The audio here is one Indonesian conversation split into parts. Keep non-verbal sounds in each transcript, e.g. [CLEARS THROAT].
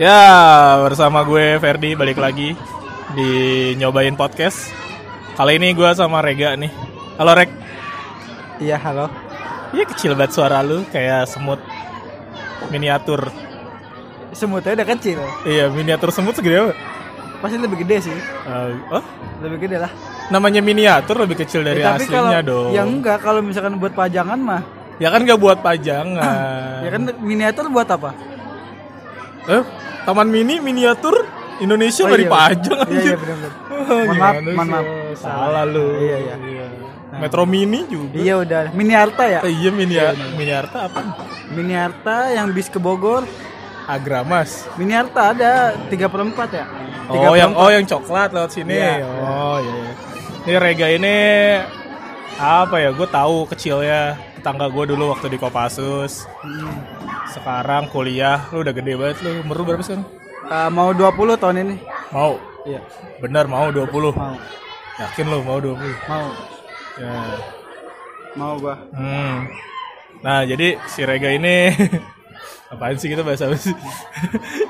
Ya, bersama gue Ferdi balik lagi di nyobain podcast. Kali ini gue sama Rega nih. Halo Reg. Iya, halo. Iya kecil banget suara lu kayak semut miniatur. Semutnya udah kecil. Iya, miniatur semut segede apa? Pasti lebih gede sih. Eh, oh, Lebih gede lah. namanya miniatur lebih kecil dari Ya, aslinya dong. Ya enggak, kalau misalkan buat pajangan mah. Ya kan gak buat pajangan. Ya kan miniatur buat apa? Eh, taman mini miniatur Indonesia Oh, nggak iya. dipajang Iya, anjir. iya benar benar. Hah, Mohon maaf, Oh, gimana mohon sih? maaf. Salah lu. Iya, iya. Metro Mini juga. Iya udah, miniarta ya. Eh, iya miniar miniarta apa? Miniarta yang bis ke Bogor. Agramas. Miniarta ada 3 per 4 ya? Tiga Oh per yang empat. oh yang coklat lewat sini. Iya. Oh iya. iya. Ini Rega ini apa ya? Gue tahu kecilnya tetangga gue dulu waktu di Kopassus. Hmm. Sekarang kuliah, lu udah gede banget lu. Umur lu berapa sekarang? Eh, mau 20 tahun ini. Mau. Iya, Bener mau 20. mau. Yakin lu mau 20. Mau. Ya. Mau gua. Hmm. Nah, jadi si Rega ini [LAUGHS] apaan sih kita bahasa apa sih? [LAUGHS]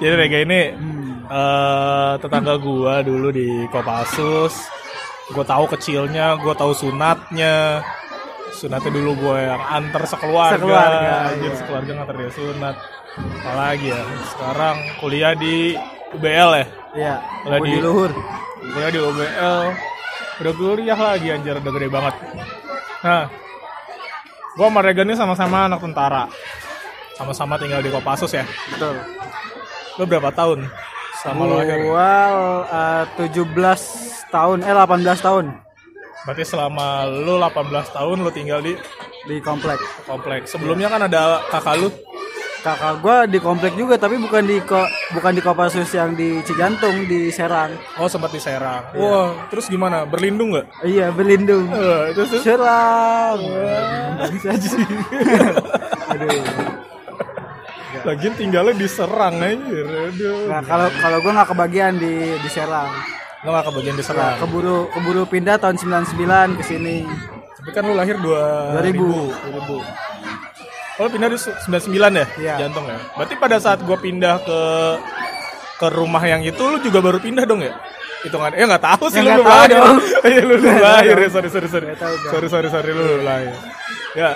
jadi Rega ini Hmm. eh tetangga gua dulu di Kopassus gue tahu kecilnya gue tahu sunatnya sunatnya dulu gue yang antar sekeluarga Sekeluarga, anjir iya. sekeluarga nganter dia sunat apalagi ya sekarang kuliah di UBL ya Iya. Udah Budi di- luhur. kuliah di UBL udah kuliah lagi anjir udah gede banget nah gue sama Regan ini sama-sama anak tentara sama-sama tinggal di Kopassus ya Betul. lo berapa tahun sama lo akhirnya Gua eh, 17 tahun, eh 18 tahun Berarti selama lu 18 tahun lu tinggal di di komplek. kompleks. Sebelumnya kan ada kakak lu. Kakak gua di komplek juga tapi bukan di ko, bukan di Kopassus yang di Cijantung di Serang. Oh, sempat di Serang. Wah, terus gimana? Berlindung nggak? Iya, berlindung. Eh, terus terus. Serang. Bisa aja. Aduh. Lagian tinggalnya di Serang anjir. Aduh. Nah, kalau kalau gua nggak kebagian di di Serang. Nah, Lu nggak kebagian di Serang. Keburu keburu pindah tahun 99 ke sini. Tapi kan lu lahir 2000. 2000. 2000. Oh, lu pindah di su- 99 ya? Iya. Jantung ya. Berarti pada saat gua pindah ke ke rumah yang itu lu juga baru pindah dong ya? Hitungan eh nggak tahu sih Ya, lu nggak belum tahu lahir. dong. [LAUGHS] Iya lu belum tahu lahir. dong. ya. Sorry sorry sorry. Nggak tahu dong. Sorry sorry sorry lu belum lahir. Ya.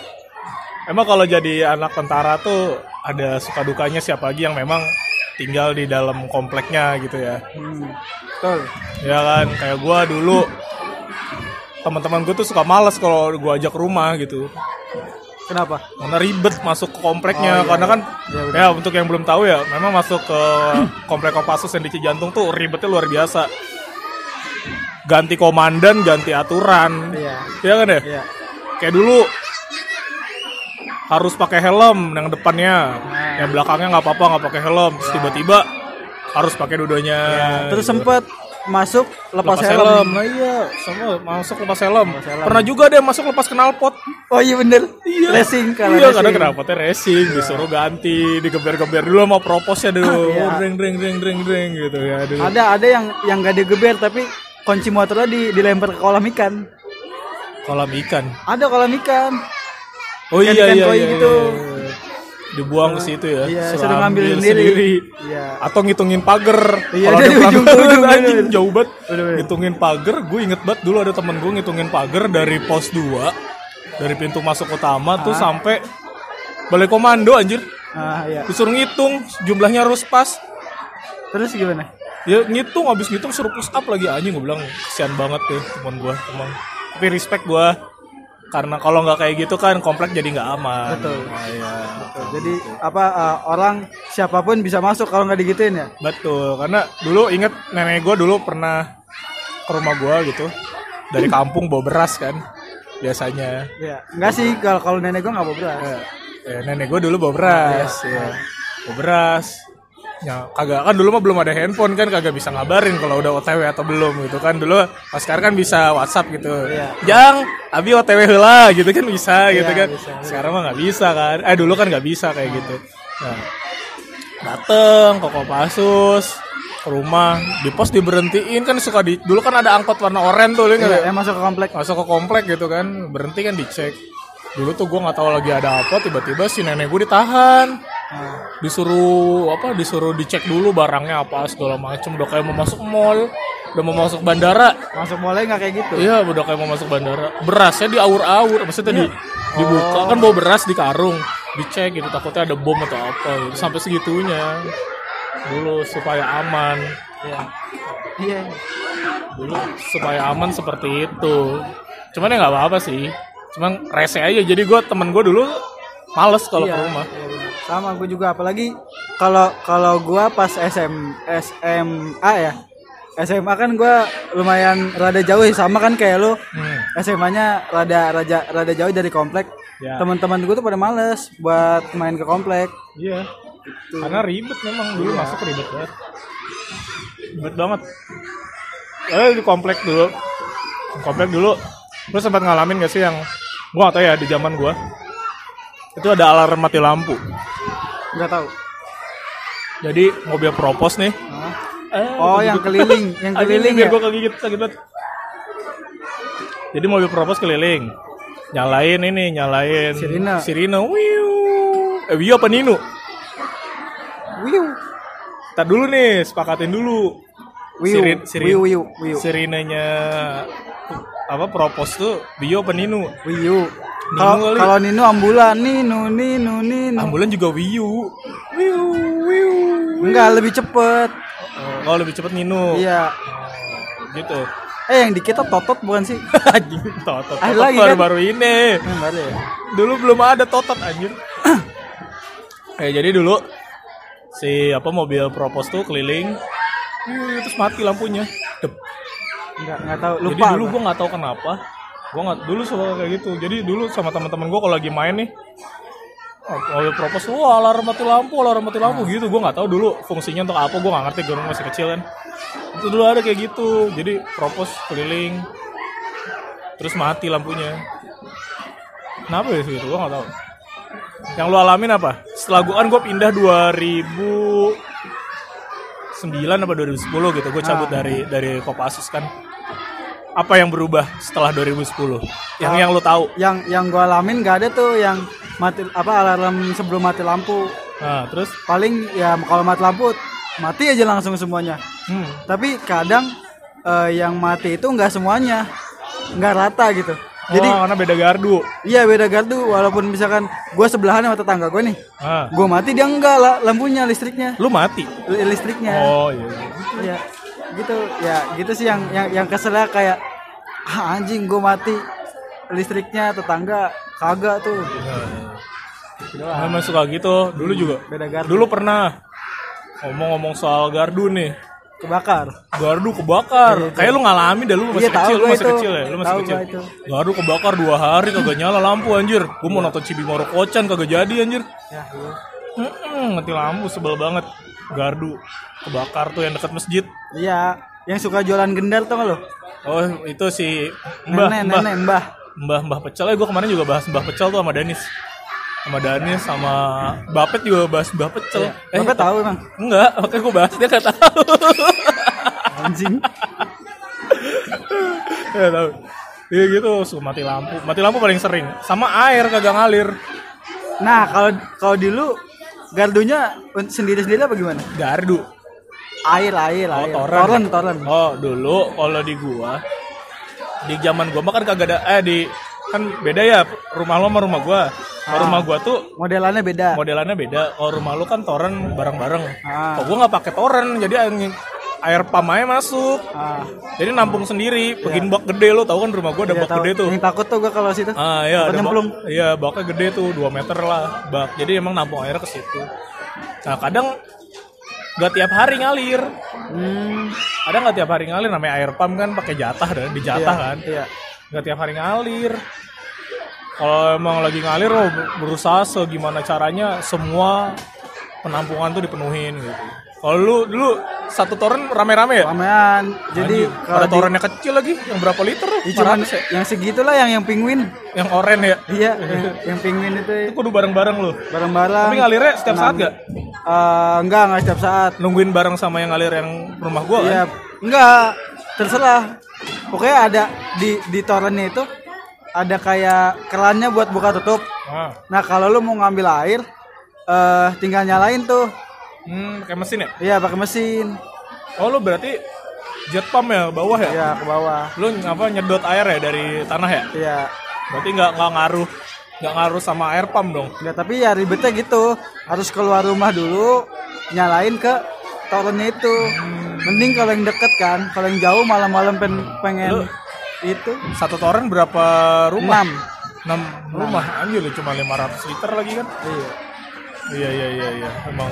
Emang kalau jadi anak tentara tuh ada suka dukanya siapa lagi yang memang tinggal di dalam kompleknya gitu ya. Hmm. Betul. Ya kan, kayak gua dulu teman-teman gue tuh suka males kalau gua ajak ke rumah gitu. Kenapa? Karena ribet masuk ke kompleknya Oh, iya, karena kan iya. Iya, ya, untuk yang belum tahu ya, memang masuk ke komplek Kopassus yang di Cijantung tuh ribetnya luar biasa. Ganti komandan, ganti aturan. Iya. Iya kan ya? Iya. Kayak dulu harus pakai helm yang depannya, Nah. Iya. yang belakangnya nggak apa-apa nggak pakai helm. Terus Tiba-tiba harus pakai dudanya. Terus gitu. sempet masuk lepas, lepas helm. helm. Nah, iya, sama masuk lepas helm. Lepas helm. Pernah juga deh masuk lepas knalpot. Oh iya bener. Racing kalau Iya, racing. karena knalpotnya racing, disuruh ganti, digeber-geber dulu sama proposnya dulu. Iya. Dring dring dring dring dring gitu ya. Aduh. Ada ada yang yang gak digeber tapi kunci motornya di, dilempar ke kolam ikan. Kolam ikan. Ada kolam ikan. Oh Ikan- iya ikan iya koi iya. gitu. iya. Dibuang ke situ ya. Iya, suruh suruh ngambil ambil sendiri. Iya. Atau ngitungin pagar. Iya, Kalau dari ada ujung ke pagar, ujung, anjing bener. jauh banget. Bener-bener. Ngitungin pagar, gue inget banget dulu ada temen gue ngitungin pagar dari pos 2 dari pintu masuk utama tuh sampai balai komando anjir. Ah iya. Disuruh ngitung jumlahnya harus pas. Terus gimana? Ya ngitung abis ngitung suruh push up lagi anjing gue bilang kesian banget tuh temen gue emang. Tapi respect gue karena kalau nggak kayak gitu kan komplek jadi nggak aman. Betul. Nah, iya. Tuh, Jadi apa eh, orang siapapun bisa masuk kalau nggak digituin ya? Betul, karena dulu inget nenek gue dulu pernah ke rumah gue gitu dari kampung bawa beras kan biasanya. Iya. Enggak sih kalau kalau nenek gua nggak bawa beras. Ya, nenek gue dulu bawa beras, Iya. ya. bawa beras. Ya, kagak kan dulu mah belum ada handphone kan kagak bisa ngabarin kalau udah OTW atau belum gitu kan dulu pas sekarang kan bisa WhatsApp gitu. Iya. Jang, abi OTW heula gitu kan bisa gitu Iya, kan. bisa, bisa. sekarang mah nggak bisa kan. Eh dulu kan nggak bisa kayak gitu. Nah, dateng ke Kopassus ke rumah di pos diberhentiin kan suka di dulu kan ada angkot warna oranye tuh lu ingat ya? Iya, eh, masuk ke komplek. masuk ke komplek gitu kan berhenti kan dicek dulu tuh gue nggak tahu lagi ada apa tiba-tiba si nenek gue ditahan Nah, disuruh apa disuruh dicek dulu barangnya apa segala macem udah kayak mau masuk mall udah mau masuk bandara Masuk mulai nggak kayak gitu? iya udah kayak mau masuk bandara berasnya diaur-aur maksudnya di- dibuka kan bawa beras di karung dicek gitu takutnya ada bom atau apa gitu. sampai segitunya dulu supaya aman Iya. Iya. dulu supaya aman seperti itu cuman ya nggak apa-apa sih cuman rese aja jadi gue temen gue dulu males kalau ke rumah Iya, benar. Sama gue juga apalagi kalau kalau gua pas SM SMA ya. SMA kan gua lumayan rada jauh sih, sama kan kayak lo. Hmm. SMA-nya rada raja rada jauh dari komplek. Ya. Teman-teman gue tuh pada males buat main ke komplek. Iya. Karena ribet memang dulu masuk ribet banget. Iya. Ribet banget. Eh di komplek dulu. Di Komplek dulu. Lu sempat ngalamin gak sih yang gua gak tau ya di zaman gua. Itu ada alarm mati lampu. Nggak tahu. Jadi mobil propos nih. Hah? Eh, Oh, yang keliling, yang keliling biar ya? gua kegigit sakit banget. Jadi mobil propos keliling. Nyalain ini, nyalain Sirine. Sirine. Wiu. Eh, wiu apa Nino? Wiu. Tar dulu nih, sepakatin dulu. Wiu. Sirin- sirin- Wiu wiu wiu. Sirinenya apa propos tuh Bio peninu. Wiu. Nino Kalau kali. kalau Nino ambulan, Nino Nino Nino. Ambulan juga Wiu. Wiu, Wiu. Enggak, lebih cepet. Oh, lebih cepet Nino. Iya. Gitu. [LAUGHS] Eh yang di kita totot bukan sih? Anjing, totot. Ah, Totot lagi baru, kan? baru ini. Yang baru ya. Dulu belum ada totot anjir. [CLEARS THROAT] eh jadi dulu si apa mobil propos tuh keliling Wiu, terus mati lampunya. Dep. Enggak, enggak tahu. Jadi Lupa. dulu gua. gue nggak tahu kenapa. Gue nggak dulu suka kayak gitu. Jadi dulu sama teman-teman gue kalau lagi main nih mobil propos, wah alarm mati lampu, alarm mati Nah. lampu gitu. Gue nggak tahu dulu fungsinya untuk apa. Gue nggak ngerti. Gue masih kecil kan. Itu dulu ada kayak gitu. Jadi propos keliling, terus mati lampunya. Kenapa ya gitu? Gue nggak tahu. Yang lu alamin apa? Setelah gue kan gue pindah 2009 apa 2010 gitu. Gue cabut Ah. dari dari Kopassus kan. Apa yang berubah setelah 2010? Yang Ah. yang lu tahu. Yang yang gua alamin enggak ada tuh yang mati apa alarm sebelum mati lampu. Ah, Nah, terus Paling ya kalau mati lampu mati aja langsung semuanya. hmm, Tapi kadang eh, yang mati itu enggak semuanya. Enggak rata gitu. jadi Jadi Oh, karena beda gardu. iya beda gardu walaupun misalkan gua sebelahan sama tetangga gua nih. Nah, Gua mati dia enggak lah lampunya listriknya. lu mati. Li- Listriknya. Oh iya. ya gitu ya gitu sih yang yang yang keselnya kayak ah, anjing gue mati listriknya tetangga kagak tuh Nah, Memang suka gitu. Dulu juga. beda gardu Dulu pernah ngomong-ngomong soal gardu nih. kebakar Gardu kebakar. Kayak lu ngalamin dah lu masih Iya, tahu kecil, lu gua masih itu. kecil ya, lu masih Tahu kecil. gua itu. Gardu kebakar dua hari kagak nyala lampu anjir. Gua mau nonton Cibinong Kocan kagak jadi anjir. ya iya. Mm-mm, mati lampu sebel banget. Gardu kebakar tuh yang dekat masjid. iya yang suka jualan gendar tuh lo Oh, itu si Mbah, nenek Mbah, nenek mbah Mbah, Mbah Pecel. Ya, gue kemarin juga bahas Mbah Pecel tuh sama Danis. Sama Danis, sama Bapet juga bahas Mbah Iya. Pecel. Eh, Bapak tahu emang Enggak, makanya gue bahas dia gak tahu. [LAUGHS] anjing Gak tahu. Iya gitu, suka mati lampu. Mati lampu paling sering. Sama air kagak ngalir. nah kalau kalau dulu gardunya sendiri sendiri apa gimana Gardu. air air Oh, air toren. toren toren Oh, dulu kalau di gua di zaman gua mah kan kagak ada eh di kan beda ya rumah lo sama rumah gua. Ah. Kalau rumah gua tuh modelannya beda modelannya beda. Kalau rumah lo kan toren bareng-bareng. Ah. Kalau gua nggak pakai toren, jadi air, air pam aja masuk. ah Jadi nampung sendiri, bikin bak gede lo tau kan rumah gua ada Iya, bak tahu. gede tuh. yang takut tuh gue kalau situ Ah iya, ada Tempat bak- nyemplung. Iya, baknya gede tuh, 2 meter lah bak. Jadi emang nampung air ke situ. Nah, kadang gak tiap hari ngalir. hmm, Ada nggak tiap hari ngalir namanya air pam kan pakai jatah dan dijatah kan. iya Gak tiap hari ngalir. Kalau emang lagi ngalir lo berusaha segimana caranya semua penampungan tuh dipenuhin gitu. Kalau lu dulu satu toren rame-rame ya? Pamean. Jadi Anjir, kalau ada torennya kecil lagi yang berapa liter? tuh? Ya Nah, cuman 400 ya? yang segitulah yang yang penguin. yang oren ya. Iya, yang, yang penguin Itu itu kudu bareng-bareng lu. barang-barang. Tapi ngalirnya setiap saat gak? Eh, enggak, enggak setiap saat. Nungguin bareng sama yang ngalir yang rumah gua kan? Iya, enggak. Terserah. Pokoknya ada di di torennya itu ada kayak kerannya buat buka tutup. Ah, Nah, kalau lu mau ngambil air, eh tinggal nyalain tuh Hmm, pakai mesin ya? iya pakai mesin Oh, lu berarti jet pump ya ke bawah ya? iya ke bawah Lu apa nyedot air ya dari tanah ya? iya Berarti nggak nggak ngaruh nggak ngaruh sama air pump dong. Nggak, tapi ya ribetnya gitu harus keluar rumah dulu nyalain ke torrentnya itu mending kalau yang deket kan kalau yang jauh malam-malam pen- pengen Lu- itu Satu toren berapa rumah? enam 6 rumah anjir lu cuma 500 liter lagi kan? iya. Iya iya iya iya emang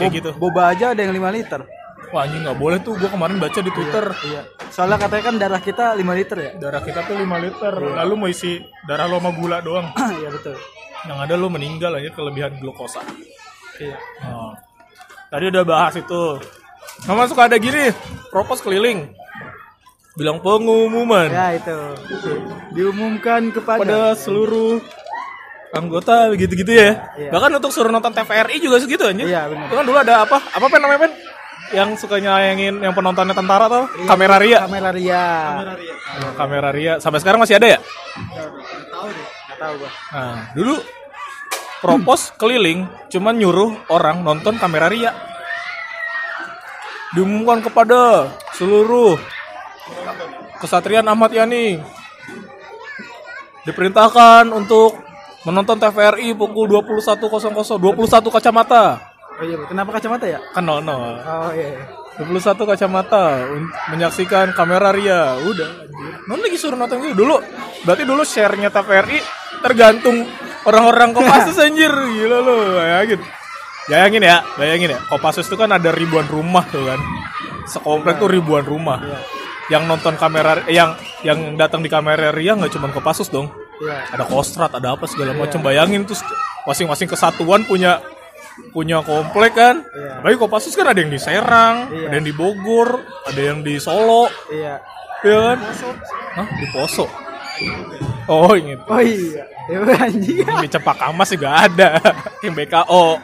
kayak gitu. boba aja ada yang 5 liter Wah anjing nggak boleh tuh gua kemarin baca di Twitter iya soalnya katanya kan darah kita 5 liter ya [CLEARS THROAT] darah kita tuh 5 liter lalu mau isi darah lo sama gula doang iya betul yang ada lo meninggal aja kelebihan glukosa. iya Oh. Tadi udah bahas itu. Mama suka ada gini, propos keliling. Bilang pengumuman ya itu diumumkan kepada pada seluruh anggota gitu-gitu ya. Iya. Bahkan untuk suruh nonton TVRI juga segitu anjir. iya benar Itu kan dulu ada apa? Apa pen namanya pen? Yang suka nyayangin yang penontonnya tentara tuh, Iya. kamera ria. kamera ria Oh, kamera ria sampai sekarang masih ada ya? nggak tahu gua Nah, dulu propos keliling cuman nyuruh orang nonton kamera ria. Diumumkan kepada seluruh kesatrian Ahmad Yani. Diperintahkan untuk menonton TVRI pukul 21.00 21 kacamata. oh iya kenapa kacamata ya Kan nol nol. oh iya 21 kacamata un- menyaksikan kamera Ria. Udah. anjir. Nonton lagi suruh nonton gitu dulu. Berarti dulu share-nya TVRI tergantung orang-orang Kopassus anjir. Gila lu, bayangin. Bayangin ya, bayangin ya. Kopassus itu kan ada ribuan rumah tuh kan. Sekomplek tuh ribuan rumah. Yang nonton kamera eh, yang yang datang di kamera Ria nggak cuma Kopassus dong. iya Ada Kostrat, ada apa segala macam. Bayangin tuh masing-masing kesatuan punya punya komplek kan. Iya. Tapi Kopassus kan ada yang di Serang, Iya. ada yang di Bogor, ada yang di Solo, iya ya kan? Hah, di Poso. Oh, inget. oh iya ya [LAUGHS] anjing Yang Di Cempaka Mas juga ada. yang BKO.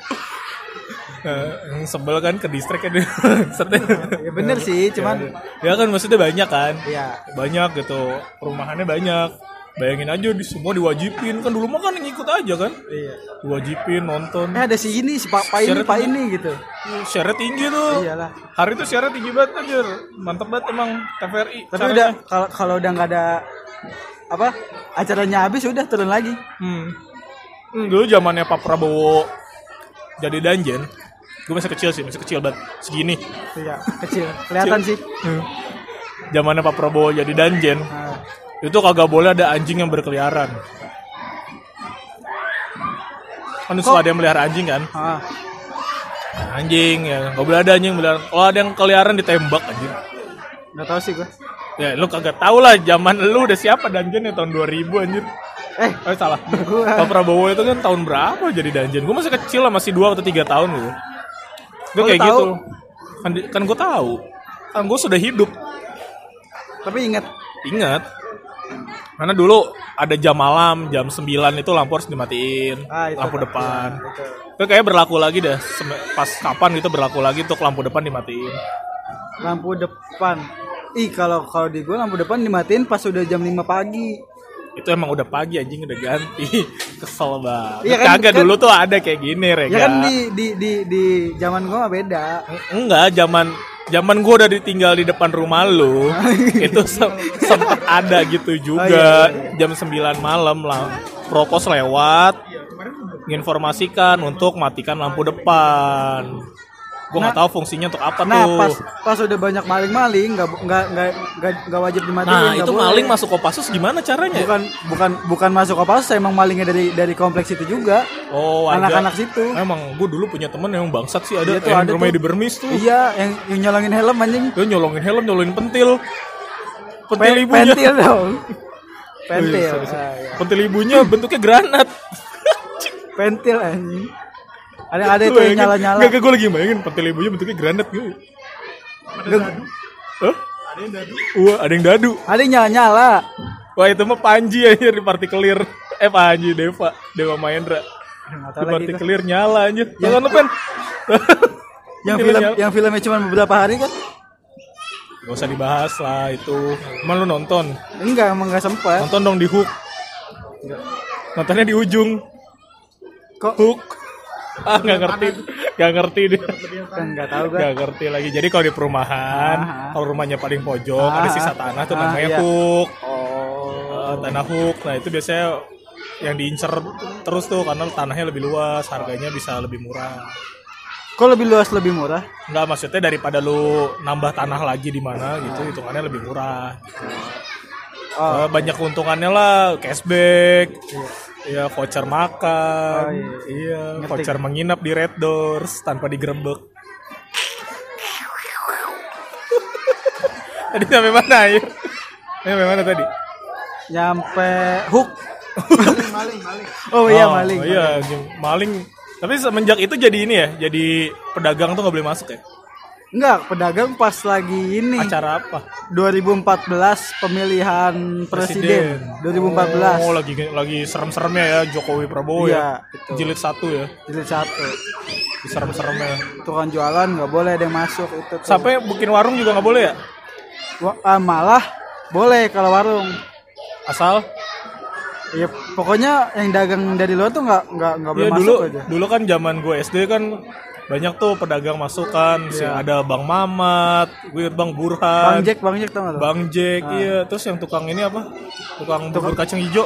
Eh, yang sebel kan ke distrik kan. ya bener sih cuman ya kan maksudnya banyak kan? ya Banyak gitu. Perumahannya banyak. Bayangin aja di semua diwajibin kan dulu mah kan ngikut aja kan. iya Diwajibin nonton. eh ada si ini si pak pak ini Syarat pak ini. ini gitu Share tinggi tuh. iyalah Hari itu share tinggi banget anjir. Mantep banget emang TVRI. tapi caranya. udah kalau kalau udah nggak ada apa acaranya habis udah turun lagi Hmm. Hmm, dulu zamannya Pak Prabowo jadi danjen, gue masih kecil sih, masih kecil banget, segini. iya kecil kelihatan sih Hmm. Zamannya Pak Prabowo jadi danjen, Nah, itu kagak boleh ada anjing yang berkeliaran. Kan suka ada yang melihara anjing kan? ah, Nah, Anjing ya, nggak boleh ada anjing yang melihara. Kalau ada yang keliaran ditembak anjing. nggak tahu sih gua Ya lu kagak tau lah zaman lu udah siapa danjennya tahun 2000 anjir. eh Eh salah. gua Pak Prabowo itu kan tahun berapa jadi danjen? Gue masih kecil lah, masih 2 atau 3 tahun lu. Gue Oh, lu kayak tahu? gitu. Kan, di- kan gue tahu. Kan gue sudah hidup. tapi ingat Ingat. Karena dulu ada jam malam, jam 9 itu lampu harus dimatiin. Ah, itu lampu tak- depan. ya, itu. Itu kayaknya berlaku lagi deh. Sem- Pas kapan gitu berlaku lagi untuk lampu depan dimatiin. lampu depan ih kalau kalau di gua lampu depan dimatiin pas udah jam 5 pagi Itu emang udah pagi anjing udah ganti. [LAUGHS] Kesel banget. Iya kan, Kagak kan- dulu tuh ada kayak gini, Rega. ya kan di di di di zaman gua mah beda Eng- Enggak, zaman zaman gue udah ditinggal di depan rumah [LAUGHS] lu itu se- sempet ada gitu juga Oh, iya, jam 9 malam lah prokos lewat menginformasikan untuk matikan lampu depan gue nggak tahu fungsinya untuk apa nah tuh pas pas udah banyak maling-maling nggak nggak nggak nggak nggak wajib dimatiin nah nggak itu boleh. maling masuk kopassus gimana caranya bukan bukan bukan masuk Kopassus emang malingnya dari dari kompleks itu juga oh ada anak-anak situ emang gue dulu punya temen yang bangsat sih ada Iya tuh, yang ada rumahnya tuh. di Bermis tuh iya yang, yang nyolongin helm anjing dia nyolongin helm nyolongin pentil pentil Pe- ibunya pentil [LAUGHS] dong pentil Wih, sorry, sorry. ah, iya. pentil ibunya bentuknya [LAUGHS] granat pentil anjing ada Lu ada itu yang bayangin. nyala nyala Nggak, nggak, gue lagi bayangin pentil ibunya bentuknya granat gue. Hah? Wah, ada yang dadu. ada yang nyala nyala Wah, itu mah Panji anjir di partikelir. Eh, Panji, Deva. Dewa Mahendra. Di partikelir nyala anjir. Ya. Jangan lu, Pen. [LAUGHS] yang Pentilnya film nyala. yang filmnya cuma beberapa hari kan Gak usah dibahas lah itu. Emang lu nonton? enggak emang nggak sempat Nonton dong di hook. Nontonnya di ujung. Kok- Hook. Ah, nggak ngerti nggak ngerti dia kan nggak tahu gua nggak ngerti lagi jadi kalau di perumahan Ah. kalau rumahnya paling pojok Ah, ada sisa ah. tanah tuh Ah, namanya iya. hook oh Eh, tanah hook nah itu biasanya yang diincer terus tuh karena tanahnya lebih luas harganya bisa lebih murah kok lebih luas lebih murah Enggak maksudnya daripada lu nambah tanah lagi di mana gitu hitungannya lebih murah. Eh, oh, banyak keuntungannya lah, cashback. Iya, voucher makan. Oh, iya. iya, Ngerti. voucher menginap di Red Doors tanpa digerebek. [LAUGHS] tadi sampai mana ya? Sampai mana tadi? nyampe hook [LAUGHS] oh iya maling Oh, iya, anjing. maling. Tapi semenjak itu jadi ini ya, jadi pedagang tuh nggak boleh masuk ya. enggak pedagang pas lagi ini Acara apa? 2014 pemilihan presiden, 2014 Oh, lagi lagi serem-seremnya ya Jokowi Prabowo Iya, ya. betul. Jilid satu ya, jilid satu serem-seremnya. tukang jualan nggak boleh ada yang masuk itu tuh. Sampai bikin warung juga nggak boleh ya? Wa- ah, malah boleh kalau warung Asal ya pokoknya yang dagang dari luar tuh nggak nggak nggak boleh ya masuk dulu aja dulu kan zaman gue SD kan banyak tuh pedagang masukan, sih ada Bang Mamat, gue ingat Bang Iya. bang Ah. Burhan, Jack bang Jack tau nggak tuh? Bang Jack, iya. Terus yang tukang ini apa? Tukang bubur kacang hijau.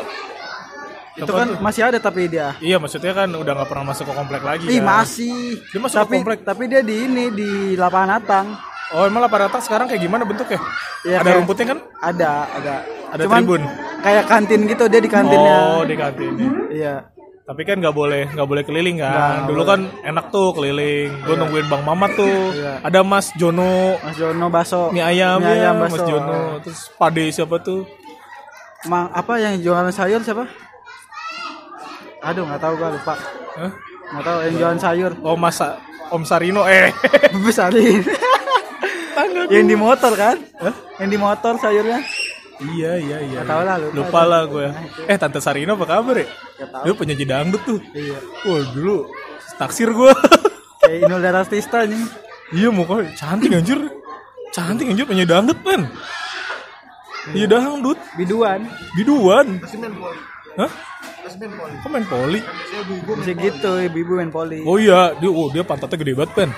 itu kan masih ada tapi dia Iya, maksudnya kan udah nggak pernah masuk ke komplek lagi. Ih kan. masih. Dia masuk ke tapi komplek. tapi dia di ini di lapangan Atang. Oh, emang lapangan atas sekarang kayak gimana bentuknya? Iya, ada kayak- rumputnya kan? Ada, ada. Ada tribun. Kayak kantin gitu dia di kantinnya. Oh, di kantinnya. Iya. Tapi kan nggak boleh nggak boleh keliling kan. Dulu kan enak tuh keliling. Gue nungguin Bang Mamat tuh. Iya. Ada Mas Jono Mas Jono baso. mie ayam, Mie ya, ayam Iya. Mas baso. Jono. Terus Pade siapa tuh? Ma- apa yang jualan sayur siapa? Aduh, nggak tahu gua lupa. Hah? Nggak tahu yang jualan sayur. [LAUGHS] Oh Mas Sa- Om Sarino eh. [LAUGHS] Besar yang di motor kan? Yang di motor sayurnya. iya iya iya. Nggak tahu lah lupa. Nah, Lupa lah gue. Eh Tante Sarino apa kabar ya? Nggak tahu. Dia penyaji dangdut tuh. Iya. Wah dulu taksir gue. Kayak Inul Daratista nih. [LAUGHS] iya mukanya cantik anjir. Cantik anjir penyaji dangdut men. Penyaji dangdut. Biduan. Biduan. Hah? Kok main poli? Bisa gitu, ibu-ibu main poli. Oh iya, dia, oh, dia pantatnya gede banget, Pen.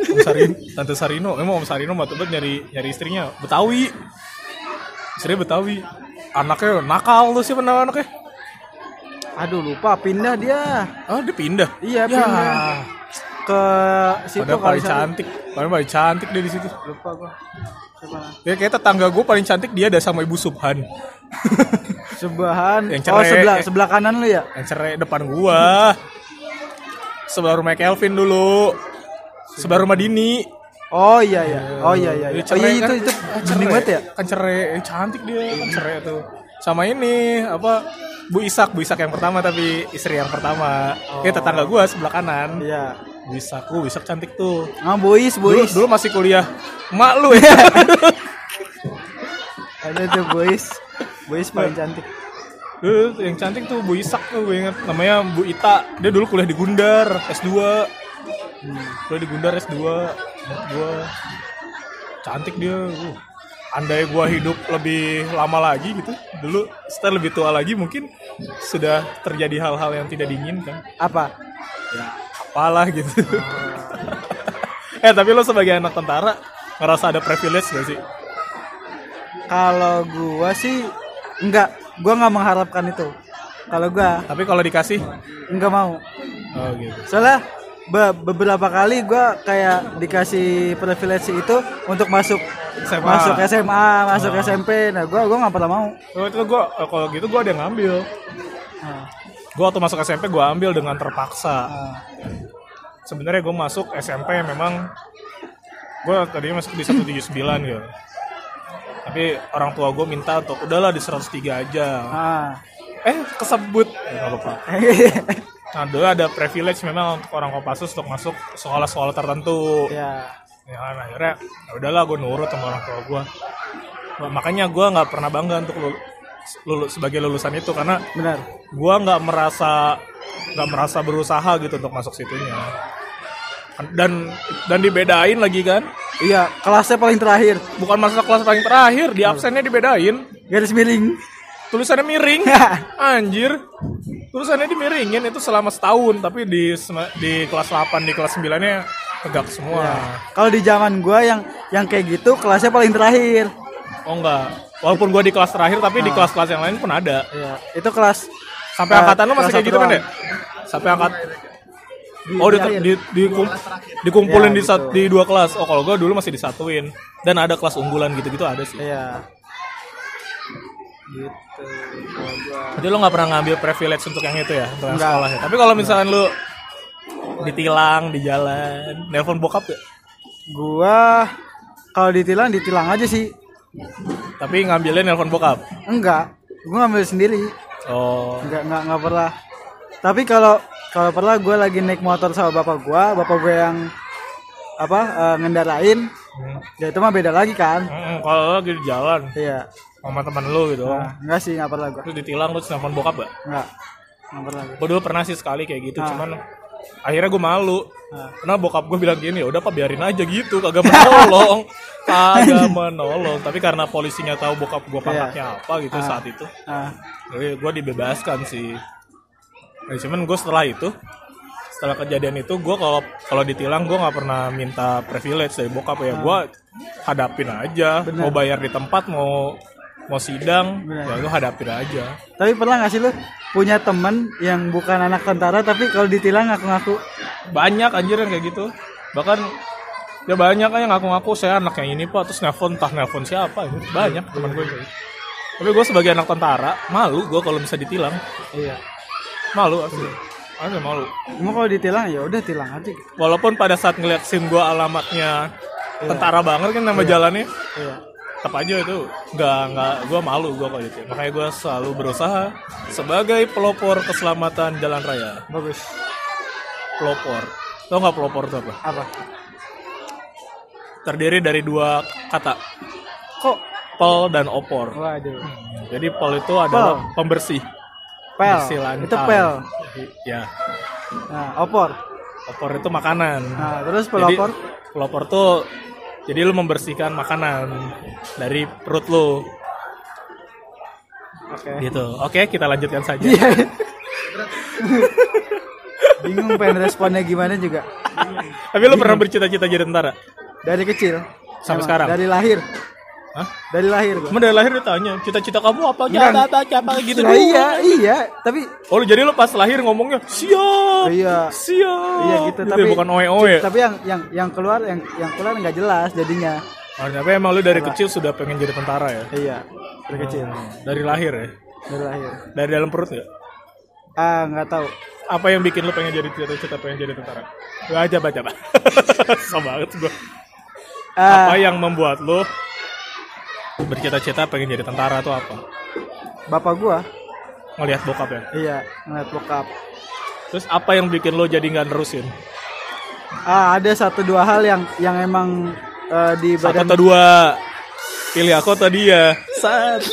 Om Sarino, Tante Sarino, emang Om Sarino mah banget nyari nyari istrinya Betawi. Istrinya Betawi. Anaknya nakal tuh siapa nama anaknya? Aduh, lupa pindah dia. Ah, dia pindah. Ya, Iya, pindah. ke situ Padahal kali paling saya cantik. Padahal paling cantik dia di situ. lupa gua Siapa? Ya kayak tetangga gue paling cantik dia ada sama Ibu Subhan. [LAUGHS] Sebahan. Yang oh, cerai. sebelah sebelah kanan lu ya? Yang cerai depan gua. Sebelah rumah Kelvin dulu. Sebelah rumah Dini. Oh iya iya. Oh iya iya. iya. Dia Oh cerai iya itu itu Ah, bening cerai. banget ya? Kan cerai, Eh, cantik dia kan cerai tuh. Sama ini apa Bu Isak, Bu Isak yang pertama tapi istri yang pertama. Oh. Ya tetangga gua sebelah kanan. Iya. Bu Isak, oh, Bu Isak cantik tuh. Ah, boys, Dulu, boys. dulu masih kuliah. Mak lu ya. [LAUGHS] Ada tuh boys. Boys paling cantik. dulu tuh Eh, yang cantik tuh Bu Isak tuh gue inget namanya Bu Ita. Dia dulu kuliah di Gundar S2. Kuliah di Gundar S2. Ingat Gua cantik dia. Uh. Andai gua hidup lebih lama lagi gitu, dulu setelah lebih tua lagi mungkin sudah terjadi hal-hal yang tidak diinginkan. Apa? Ya, apalah gitu. [LAUGHS] eh, tapi lo sebagai anak tentara ngerasa ada privilege gak sih? Kalau gua sih enggak, gua nggak mengharapkan itu. Kalau gua Tapi kalau dikasih, enggak mau. oh gitu. Soalnya be- beberapa kali gua kayak dikasih privilege itu untuk masuk SMA. masuk ya. SMA, masuk SMP. Nah, gua gua nggak pernah mau. Oh, itu gua Ah, kalau gitu gua ada yang ngambil. Ah. Nah, Gue waktu masuk SMP gue ambil dengan terpaksa. nah. Sebenarnya gue masuk SMP memang gue tadinya masuk di 179 gitu. Tapi orang tua gue minta untuk udahlah di 103 aja. Ah. [LAUGHS] Eh kesebut. Eh, nggak apa-apa. Nah dulu ada privilege memang untuk orang Kopassus untuk masuk sekolah-sekolah tertentu. ya. Ya kan akhirnya ya udahlah gue nurut sama orang tua gue. Makanya gue nggak pernah bangga untuk lulu- lulu- sebagai lulusan itu karena Benar. gua nggak merasa nggak merasa berusaha gitu untuk masuk situnya dan dan dibedain lagi kan Iya, kelasnya paling terakhir. bukan masuk kelas paling terakhir di absennya dibedain Garis miring. [LAUGHS] Ya. tulisannya miring anjir tulisannya dimiringin itu selama setahun tapi di sema- di kelas 8 di kelas 9 nya tegak semua Kalau di zaman gua yang yang kayak gitu kelasnya paling terakhir. oh enggak walaupun gua di kelas terakhir tapi Nah. di kelas-kelas yang lain pun ada Iya, itu kelas sampai eh, angkatan lu masih kelas kayak gitu satu kan ya doang. sampai angkat Di- oh di di, akhir. di, di- kum- dikumpulin Ya, di sat- gitu. di dua kelas oh kalau gua dulu masih disatuin dan ada kelas unggulan gitu-gitu ada sih Iya. Gitu. Kalau gua Jadi lo nggak pernah ngambil privilege untuk yang itu ya, untuk yang Nggak. sekolah ya. Tapi kalau misalkan lo ditilang di jalan, nelpon bokap ya. gua kalau ditilang ditilang aja sih. Tapi ngambilnya nelpon bokap. Enggak, gua ngambil sendiri. Oh, Enggak enggak enggak pernah. Tapi kalau kalau pernah gua lagi naik motor sama bapak gua, bapak gua yang apa eh, ngendarain, ya itu mah beda lagi kan. Mm, kalau lo lagi di jalan Iya. sama teman lo gitu, Nah, enggak sih, enggak pernah gua. terus ditilang terus nelpon bokap ya. Enggak. Enggak pernah gua. Gue dulu pernah sih sekali kayak gitu, cuman akhirnya gue malu. Nah. Karena bokap gue bilang gini, "Ya udah pak biarin aja gitu, kagak menolong, kagak menolong. Tapi karena polisinya tahu bokap gue kontaknya apa gitu saat itu, Nah, Jadi gue dibebaskan sih. Nah, cuman gue setelah itu, setelah kejadian itu gue kalau kalau ditilang gue nggak pernah minta privilege dari bokap ya. Gue hadapin aja. Mau bayar di tempat, mau mau sidang, Bener. ya gue hadapin aja. tapi pernah nggak sih lu punya temen yang bukan anak tentara tapi kalau ditilang ngaku-ngaku Banyak anjir yang kayak gitu. Bahkan ya banyak aja ngaku-ngaku saya anak yang ini pak terus nelfon entah nelfon siapa gitu. banyak teman gue kayak gitu. tapi gue sebagai anak tentara malu gue kalau bisa ditilang Iya. malu asli asli malu Cuma kalau ditilang ya udah tilang aja. gitu. walaupun pada saat ngeliat sim gua alamatnya tentara banget kan nama jalannya Iya. tetap aja itu nggak nggak gua malu gua kalau gitu makanya gua selalu berusaha sebagai pelopor keselamatan jalan raya Bagus. pelopor lo nggak pelopor itu apa Apa? terdiri dari dua kata Kok? pel dan opor Waduh. jadi pel itu adalah pembersih Pel. Bersih lantai. Itu pel. ya Nah, opor. opor itu makanan Nah, terus pelopor. Jadi, pelopor tuh jadi lu membersihkan makanan dari perut lu Oke. gitu oke kita lanjutkan saja Iya. Bingung pengen responnya gimana juga. tapi lu pernah bercita-cita jadi tentara Dari kecil. Sampai sekarang? Dari lahir. Hah? Dari lahir gua. Emang dari lahir ditanya cita-cita kamu apa aja Enggak. apa apa aja, apa gitu Nah, doang. iya, iya, tapi oh lu jadi lu pas lahir ngomongnya siap iya. siap Iya gitu, tapi bukan oe oe Tapi yang yang yang keluar yang yang keluar nggak jelas jadinya. oh, tapi emang lu dari kecil sudah pengen jadi tentara ya Iya, dari kecil, dari lahir ya dari lahir. dari dalam perut nggak Ah, nggak tahu. apa yang bikin lu pengen jadi cita-cita pengen jadi tentara Gak aja baca pak [LAUGHS] sama banget gua Ah, apa yang membuat lu bercita-cita pengen jadi tentara tuh apa bapak gua, ngelihat bokap ya iya, ngeliat bokap. terus apa yang bikin lo jadi nggak nerusin Ah, ada satu dua hal yang yang emang eh, di satu badan atau dua pilih aku atau dia satu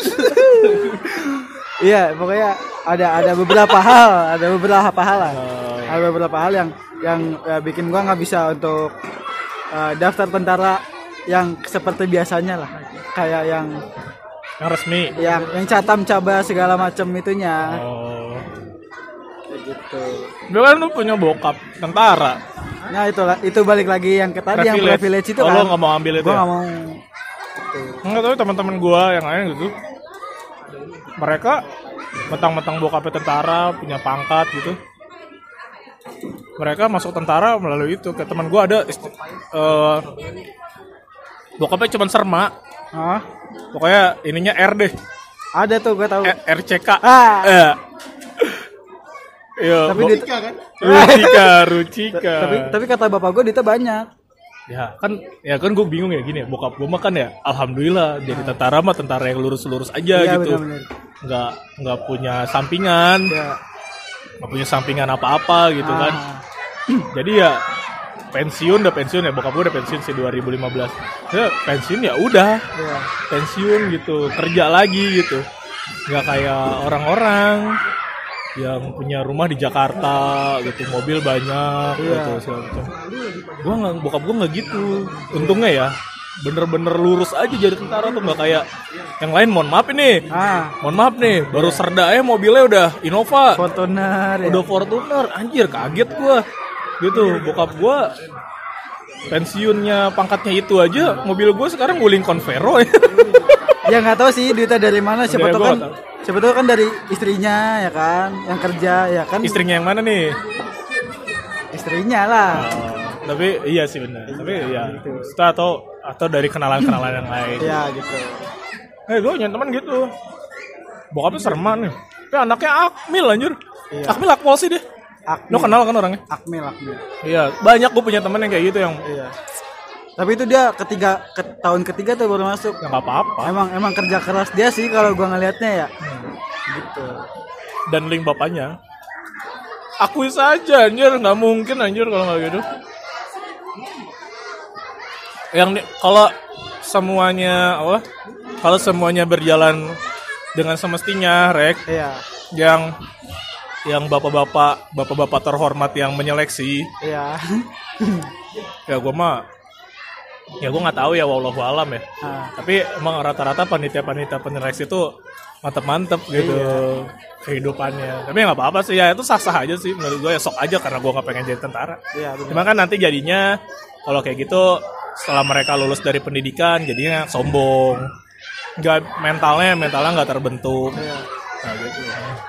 Iya, pokoknya ada ada beberapa [LAUGHS] hal, ada beberapa hal lah. Oh, iya. Ada beberapa hal yang yang ya, bikin gua nggak bisa untuk eh, daftar tentara yang seperti biasanya lah. Kayak yang yang resmi yang yang catam caba segala macam itunya. oh Kayak gitu. Dia kan lu punya bokap tentara Nah, itulah itu balik lagi yang ke tadi yang privilege itu oh, lo kan. nggak mau ambil itu Gua ya? nggak mau. nggak tahu teman-teman gua yang lain gitu mereka metang-metang bokapnya tentara punya pangkat gitu mereka masuk tentara melalui itu kayak teman gua ada ist- eh, bokapnya cuma serma Hah? pokoknya ininya R deh E, Ada tuh gua tahu. R- RCK Ah. Eh. Iya, tapi bo- di- Rucika, Rucika. [LAUGHS] tapi tapi kata bapak gua Dita banyak. Ya kan, ya kan gue bingung ya gini. ya, Bokap gue makan ya, alhamdulillah jadi tentara mah tentara yang lurus-lurus aja Iya, gitu. benar-benar. Nggak nggak punya sampingan, Ya. nggak punya sampingan apa-apa gitu kan. Ah. [CLEARS THROAT] Jadi ya pensiun udah pensiun ya bokap gue udah pensiun sih 2015. Ya, pensiun ya udah Iya. pensiun gitu kerja lagi gitu nggak kayak orang-orang yang punya rumah di Jakarta gitu mobil banyak Iya. gitu segala macam. Gua nggak bokap gua nggak gitu untungnya ya bener-bener lurus aja jadi tentara tuh nggak kayak yang lain mohon maaf ini ah mohon maaf nih baru serda eh mobilnya udah Innova Fortuner ya. udah Fortuner anjir kaget gua gitu bokap gua pensiunnya pangkatnya itu aja mobil gua sekarang guling Convero ya ya nggak tahu sih duitnya dari mana siapa Dari tahu gua kan nggak siapa tahu kan dari istrinya ya kan yang kerja ya kan [LAUGHS] istrinya yang mana nih istrinya lah tapi iya sih benar tapi Oh. iya Kita atau atau dari kenalan-kenalan yang lain ya gitu eh gue punya teman gitu bokapnya Serman nih tapi anaknya Akmil anjir Iya. Akmil Akpol sih deh lo Akmil kenal kan orangnya Akmil Akmil iya banyak gue punya teman yang kayak gitu yang iya tapi itu dia ketiga ke- tahun ketiga tuh baru masuk yang gak apa-apa emang emang kerja keras dia sih kalau gua ngelihatnya ya Hmm. gitu dan link bapaknya akui saja anjir nggak mungkin anjir kalau nggak gitu yang di- kalau semuanya apa kalau semuanya berjalan dengan semestinya rek iya yang yang bapak-bapak bapak-bapak terhormat yang menyeleksi iya [LAUGHS] ya gue mah ya gue nggak tahu ya wallahu alam ya Ah, tapi emang rata-rata panitia-panitia penyeleksi itu mantep-mantep gitu kehidupannya tapi ya nggak apa-apa sih ya itu sah-sah aja sih menurut gue ya sok aja karena gue nggak pengen jadi tentara iya benar cuma kan nanti jadinya kalau kayak gitu setelah mereka lulus dari pendidikan jadinya sombong nggak mentalnya mentalnya nggak terbentuk Iya. nah, gitu.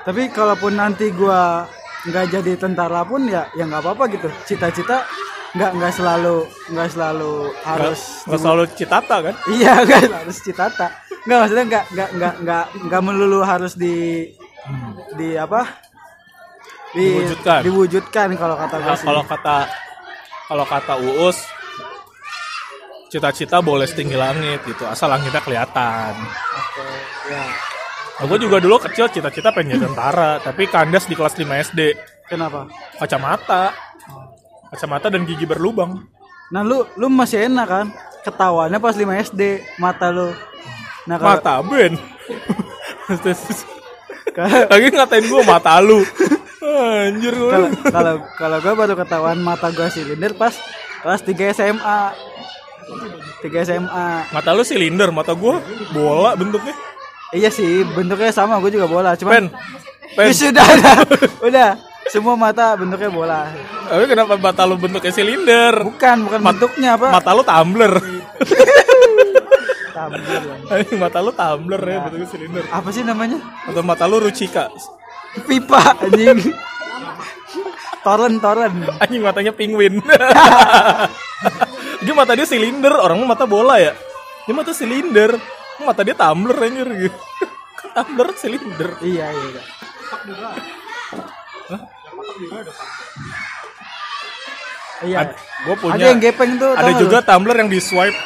tapi kalaupun nanti gua nggak jadi tentara pun ya ya nggak apa-apa gitu cita-cita nggak nggak selalu nggak selalu harus nggak selalu citata kan Iya [LAUGHS] kan harus citata. Enggak maksudnya enggak enggak enggak enggak enggak melulu harus di di apa? Di- Diwujudkan. Diwujudkan kalau kata gue Nah, Iya sih. kalau kata kalau kata Uus cita-cita boleh setinggi langit gitu asal langitnya kelihatan. Oke, ya. Nah, gue juga dulu kecil cita-cita pengen jadi tentara tapi kandas di kelas 5 SD Kenapa? kacamata kacamata dan gigi berlubang Nah, lu lu masih enak kan? Ketawanya pas 5 SD mata lu. Nah, kalau mata [LAUGHS] Ben lagi ngatain gue mata [LAUGHS] lu anjir lu kalau kalau kalau gua baru ketahuan mata gua silinder pas kelas 3 SMA. 3 SMA. mata lu silinder mata gue bola bentuknya Iya sih, bentuknya sama gue juga bola, pen cuman pen Ya [LAUGHS] sudah, udah, udah. Semua mata bentuknya bola. tapi kenapa mata lu bentuknya silinder Bukan, bukan bentuknya apa? mata lu tumbler [LAUGHS] Tabir. mata lu tumbler ya bentuknya silinder Apa sih namanya? atau mata lu rucika Pipa anjing. Toren, toren. anjing matanya penguin [LAUGHS] dia mata dia silinder orang mah mata bola ya dia mata silinder mata dia tumbler anjir gitu [LAUGHS] tumbler silinder Iya, iya. iya. Iya. gue Ada punya yang gepeng tuh. tau ada nggak juga lu? tumbler yang di swipe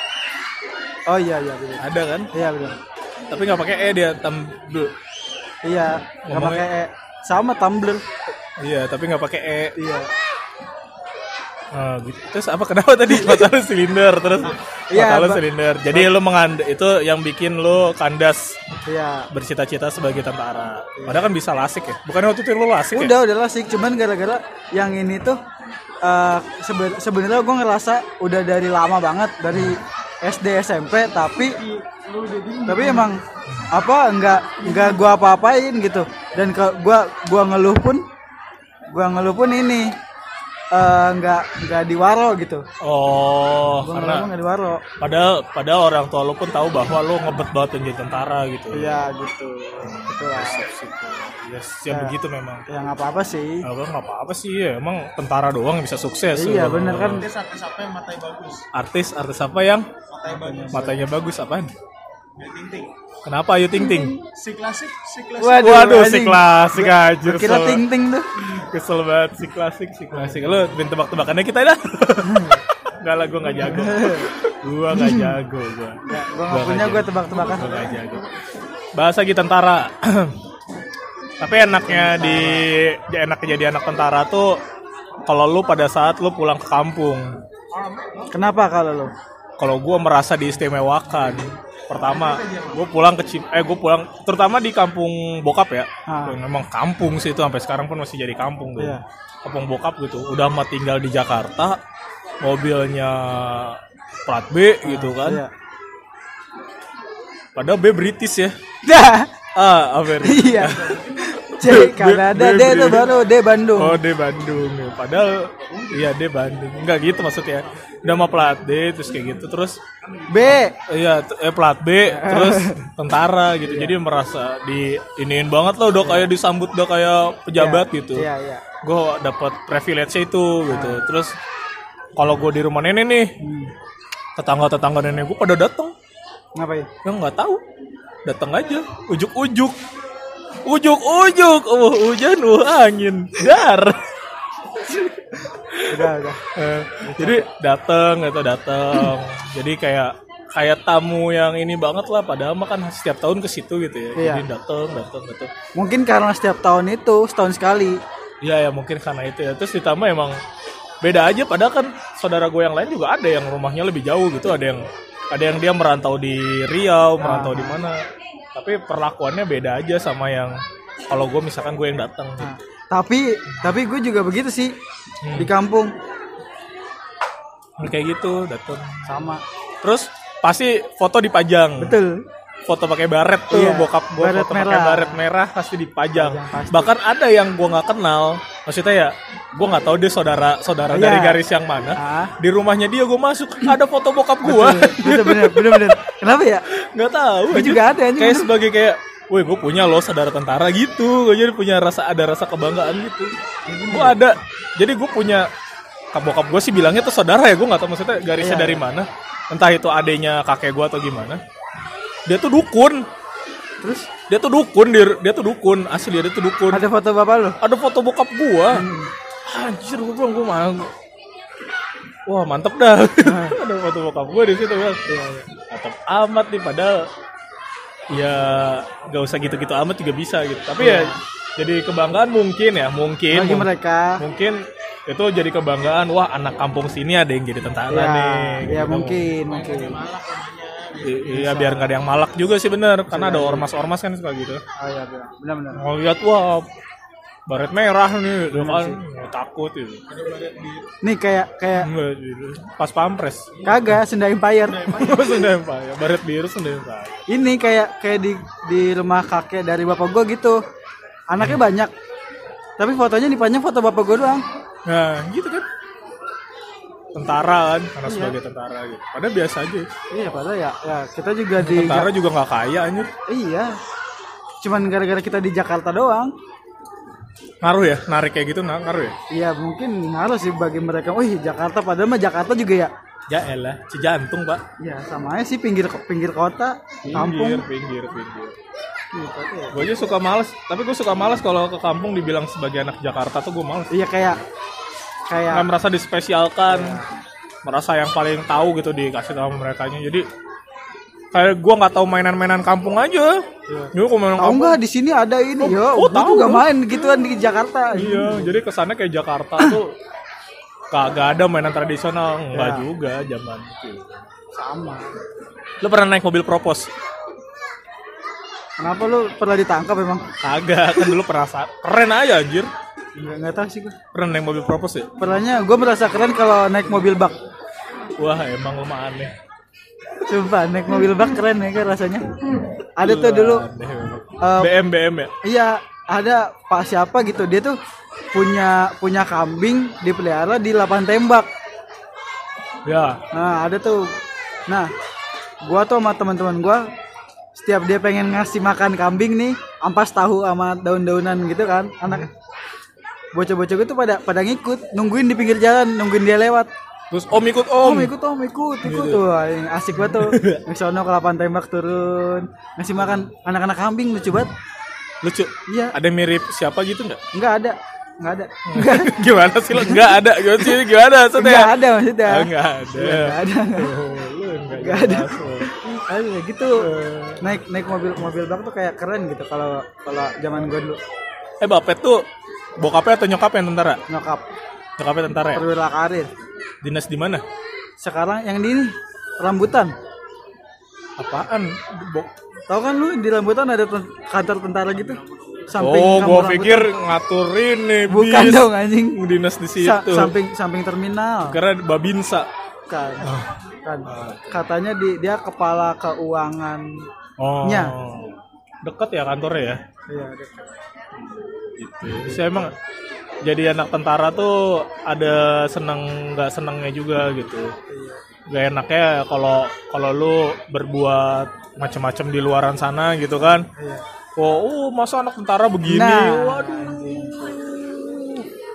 Oh iya, iya benar. ada kan Iya benar. tapi nggak pakai e dia tumbler Iya, nggak Ngomongnya- pakai E. sama tumbler. iya tapi nggak pakai e Iya. Ah, gitu. Terus apa [LAUGHS] kenapa tadi mata lu silinder terus Iya, mata lu ba- silinder. Jadi lu mengand itu yang bikin lu kandas Iya. bercita-cita sebagai tentara. Padahal kan bisa lasik ya. Bukan waktu itu lu lasik ya? Udah udah lasik, cuman gara-gara yang ini tuh eh, sebe- sebenarnya gue ngerasa udah dari lama banget dari SD SMP tapi tapi emang apa nggak nggak gua apa-apain gitu dan ke gua gua ngeluh pun gua ngeluh pun ini eh, nggak nggak diwaro gitu Oh, gua karena ngeluh pun nggak diwaro padahal padahal orang tua lu pun tahu bahwa lu ngebet banget menjadi tentara gitu. iya gitu gitu lah Yes, ya Nah. begitu memang. yang apa apa sih Abang nggak apa-apa sih ya. Emang tentara doang yang bisa sukses. iya Lu- bener kan Artis artis apa yang matanya bagus apaan? Kenapa Ayu Ting Ting? waduh, Waduh, si anjing. klasik anjir. kira Kesel- ting ting tuh Kesel banget si klasik, si klasik. Lu main tebak-tebakannya kita [LAUGHS] dah. Enggak lah, gua gak jago. Gua gak jago, gua. Ya, gua nggak punya gua tebak-tebakan. Gua gak jago. Bahasa lagi tentara. [CLEARS THROAT] Tapi enaknya di di- enak jadi anak tentara tuh kalau lu pada saat lu pulang ke kampung. Kenapa kalau lo? Kalau gua merasa diistimewakan. Pertama, gue pulang ke Cip, eh gue pulang terutama di kampung bokap ya. Ah. Dan Memang kampung sih itu sampai sekarang pun masih jadi kampung tuh. Iya. Kampung bokap gitu. Udah mah tinggal di Jakarta, mobilnya plat B gitu kan Iya. padahal B British ya Dah. ah Amerika Iya. [LAUGHS] C Kanada, D itu baru D Bandung. Oh D Bandung ya. Padahal iya D Bandung Enggak gitu maksudnya Udah mah plat D Terus kayak gitu Terus B. Iya t- eh, plat B [LAUGHS] Terus tentara gitu Jadi Iya. merasa di iniin banget loh Udah kayak disambut Udah kayak pejabat gitu Iya, iya. Gue dapet privilege itu gitu Terus kalau gue di rumah nenek nih Hmm. Tetangga-tetangga nenek gue pada dateng Ngapain? Ya nggak tahu. Datang aja, ujuk-ujuk. Ujuk-ujuk, wah hujan, wah angin. Dar. [LAUGHS] Udah, udah. Eh, jadi datang atau datang. Jadi kayak kayak tamu yang ini banget lah padahal mah kan setiap tahun ke situ gitu ya. Iya. Jadi datang, datang, datang. Mungkin karena setiap tahun itu setahun sekali. Iya ya mungkin karena itu ya. Terus ditambah emang beda aja padahal kan saudara gue yang lain juga ada yang rumahnya lebih jauh gitu, ada yang ada yang dia merantau di Riau, merantau di mana. Tapi perlakuannya beda aja sama yang kalau gue misalkan gue yang datang Nah, gitu. tapi tapi gue juga begitu sih di kampung Kayak gitu datang. sama. Terus pasti foto dipajang. Betul. Foto pakai baret tuh Iya, bokap gue baret foto pakai merah. baret merah pasti dipajang. Pajang, pasti. Bahkan ada yang gue nggak kenal. Maksudnya ya gue nggak tahu dia saudara saudara Iya. dari garis yang mana. Ah. di rumahnya dia gue masuk ada foto bokap gue Bener bener bener bener. Kenapa ya? [LAUGHS] nggak tahu Gue anjir. juga ada anjing. kayak sebagai kayak Woi gue punya loh saudara tentara gitu Gue jadi punya rasa ada rasa kebanggaan gitu Gue Hmm. ada Jadi gue punya Bokap gue sih bilangnya tuh saudara ya Gue gak tau maksudnya garisnya Iya. dari mana Entah itu adenya kakek gue atau gimana Dia tuh dukun Terus Dia tuh dukun Dia, dia tuh dukun Asli dia tuh dukun ada foto bapak lu? ada foto bokap gua anjir gua bilang gua mau wah mantep dah [LAUGHS] ada foto bokap gua di situ bilang mantep amat nih padahal ya nggak usah gitu-gitu amat juga bisa gitu tapi ya jadi kebanggaan mungkin ya mungkin Bagi mung- mereka. mungkin itu jadi kebanggaan wah anak kampung sini ada yang jadi tentara Ya, nih ya gitu. mungkin mungkin. I- iya biar nggak ada yang malak juga sih bener karena ada ormas-ormas kan suka gitu Oh iya bener bener. ngeliat wah baret merah nih gitu kan takut gitu Nih kayak kayak Enggak, gitu. pas pampres [LAUGHS] kagak Sunda Empire. Sunda Empire ya, baret biru Sunda Empire ini kayak kayak di di rumah kakek dari bapak gue gitu anaknya banyak tapi fotonya dipajang foto bapak gue doang nah gitu kan tentara kan karena sebagai tentara gitu padahal biasa aja iya padahal ya, ya kita juga di tentara juga nggak kaya anjir iya cuman gara-gara kita di Jakarta doang ngaruh ya narik kayak gitu nah, ngaruh ya iya mungkin harus sih bagi mereka wih Jakarta padahal mah Jakarta juga ya ya elah cijantung pak ya sama aja sih pinggir pinggir kota kampung pinggir pinggir gitu, iya. gue aja suka males tapi gue suka males kalau ke kampung dibilang sebagai anak Jakarta tuh gue males iya kayak kayak nggak merasa dispesialkan merasa yang paling tahu gitu dikasih tahu mereka jadi kayak gua nggak tahu mainan-mainan kampung aja Iya. Jadi kalau mainan tahu kampung nggak di sini ada ini ya oh, gue tahu juga gua. main gituan di Jakarta iya jadi kesannya kayak Jakarta tuh kagak ada mainan tradisional nggak Ya. juga zaman itu sama lu pernah naik mobil propos kenapa lu pernah ditangkap emang kagak kan dulu pernah sa- keren aja anjir nggak nggak tahu sih gue pernah naik mobil propos ya Pernahnya gue merasa keren kalau naik mobil bak. wah emang lu mah aneh Coba naik mobil bak keren ya kan rasanya. Ada tuh dulu, aneh memang. eh, BM BM ya iya ada pak siapa gitu dia tuh punya punya kambing dipelihara di lapangan tembak. ya Nah ada tuh, nah gua tuh sama teman-teman gua setiap dia pengen ngasih makan kambing nih ampas tahu sama daun-daunan gitu kan anak bocah-bocah gue tuh pada pada ngikut nungguin di pinggir jalan nungguin dia lewat terus om ikut Om om ikut om ikut ikut tuh Wah, yang asik banget [LAUGHS] tuh Yang sono ke lapangan tembak turun ngasih makan anak-anak kambing lucu banget lucu iya ada mirip siapa gitu nggak nggak ada nggak ada [LAUGHS] gimana sih lo nggak ada gimana sih gimana maksudnya nggak ada maksudnya Ah, nggak ada nggak ada nggak ada ada gitu naik naik mobil mobil bak tuh kayak keren gitu kalau kalau zaman gue dulu eh bapet tuh bokapnya atau nyokapnya yang tentara nyokap nyokapnya tentara ya perwira karir dinas di mana sekarang yang di ini rambutan apaan Bo- Tahu kan lu di rambutan ada ten- kantor tentara gitu samping oh kampung gua Rambutan. pikir ngaturin nih bukan bis. dong anjing dinas di Sa- situ samping samping terminal karena babinsa Bukan. kan katanya di, dia kepala keuangan Oh. Nya. Deket ya kantornya ya. iya dekat. Gitu. Saya emang jadi anak tentara tuh ada seneng nggak senengnya juga gitu. Gak Iya. enaknya kalau kalau lu berbuat macam-macam di luaran sana gitu kan. iya Wah, oh, masa anak tentara begini? Nah. Waduh.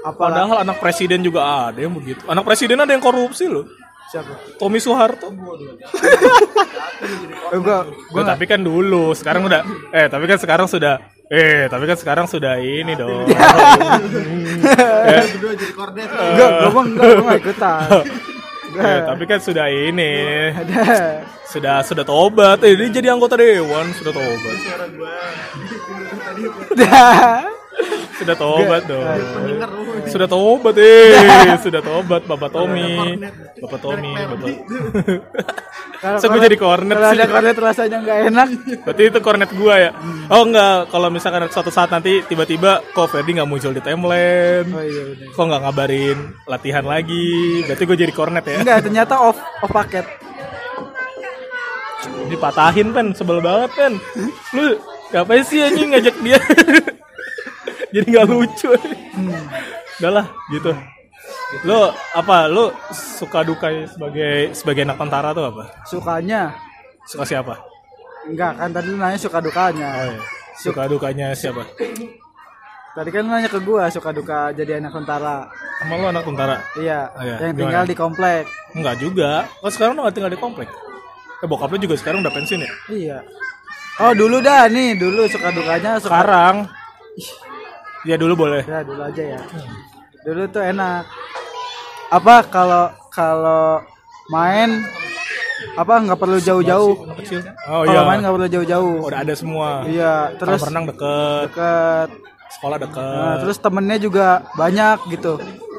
apalagi Padahal anak presiden juga ada yang begitu. Anak presiden ada yang korupsi loh. siapa Tommy Soeharto. eh, [LAUGHS] gua Gua tapi kan dulu, sekarang udah eh tapi kan sekarang sudah eh tapi kan sekarang sudah ini dong. Berdua jadi kornet. gua gua mah enggak gua nggak [LAUGHS] ikutan Eh, tapi kan sudah ini, ada sudah sudah tobat. Eh, dia jadi anggota dewan sudah tobat. Suara gua. Tadi Dah. Sudah tobat dong. pendengar lu. Sudah tobat [LAUGHS] eh, sudah tobat Bapak Tommy. Bapak Tommy, Bapak. [LAUGHS] Kalau Saya jadi kornet kalau sih. ada kornet Hmm. rasanya nggak enak Berarti itu kornet gua ya. Oh enggak, kalau misalkan suatu saat nanti tiba-tiba kok Ferdi nggak muncul di timeline. oh iya bener. Kok nggak ngabarin latihan lagi? Berarti gue jadi kornet ya. enggak ternyata off off paket Dipatahin pen, sebel banget pen. Lu ngapain sih anjing ngajak dia? [LAUGHS] jadi nggak lucu. Udah lah, gitu. Lu apa? Lu suka duka sebagai sebagai anak tentara tuh apa? sukanya Suka siapa? enggak kan tadi lu nanya suka dukanya Oh, iya. Suka dukanya siapa? tadi kan lu nanya ke gua suka duka jadi anak tentara Emang lu anak tentara? iya Oh, iya. yang Gimana? tinggal di komplek Enggak juga. Oh, sekarang udah tinggal di komplek. Eh, bokap lu juga sekarang udah pensiun ya? iya oh dulu dah nih dulu suka dukanya suka Sekarang. Ya dulu boleh. Ya dulu aja ya. Dulu tuh enak. Apa kalau kalau main apa nggak perlu jauh-jauh. Kecil. Oh Kalau iya. main nggak perlu jauh-jauh. Udah ada semua. Iya, Terus terus renang deket, deket. sekolah deket. Nah, terus temennya juga banyak gitu.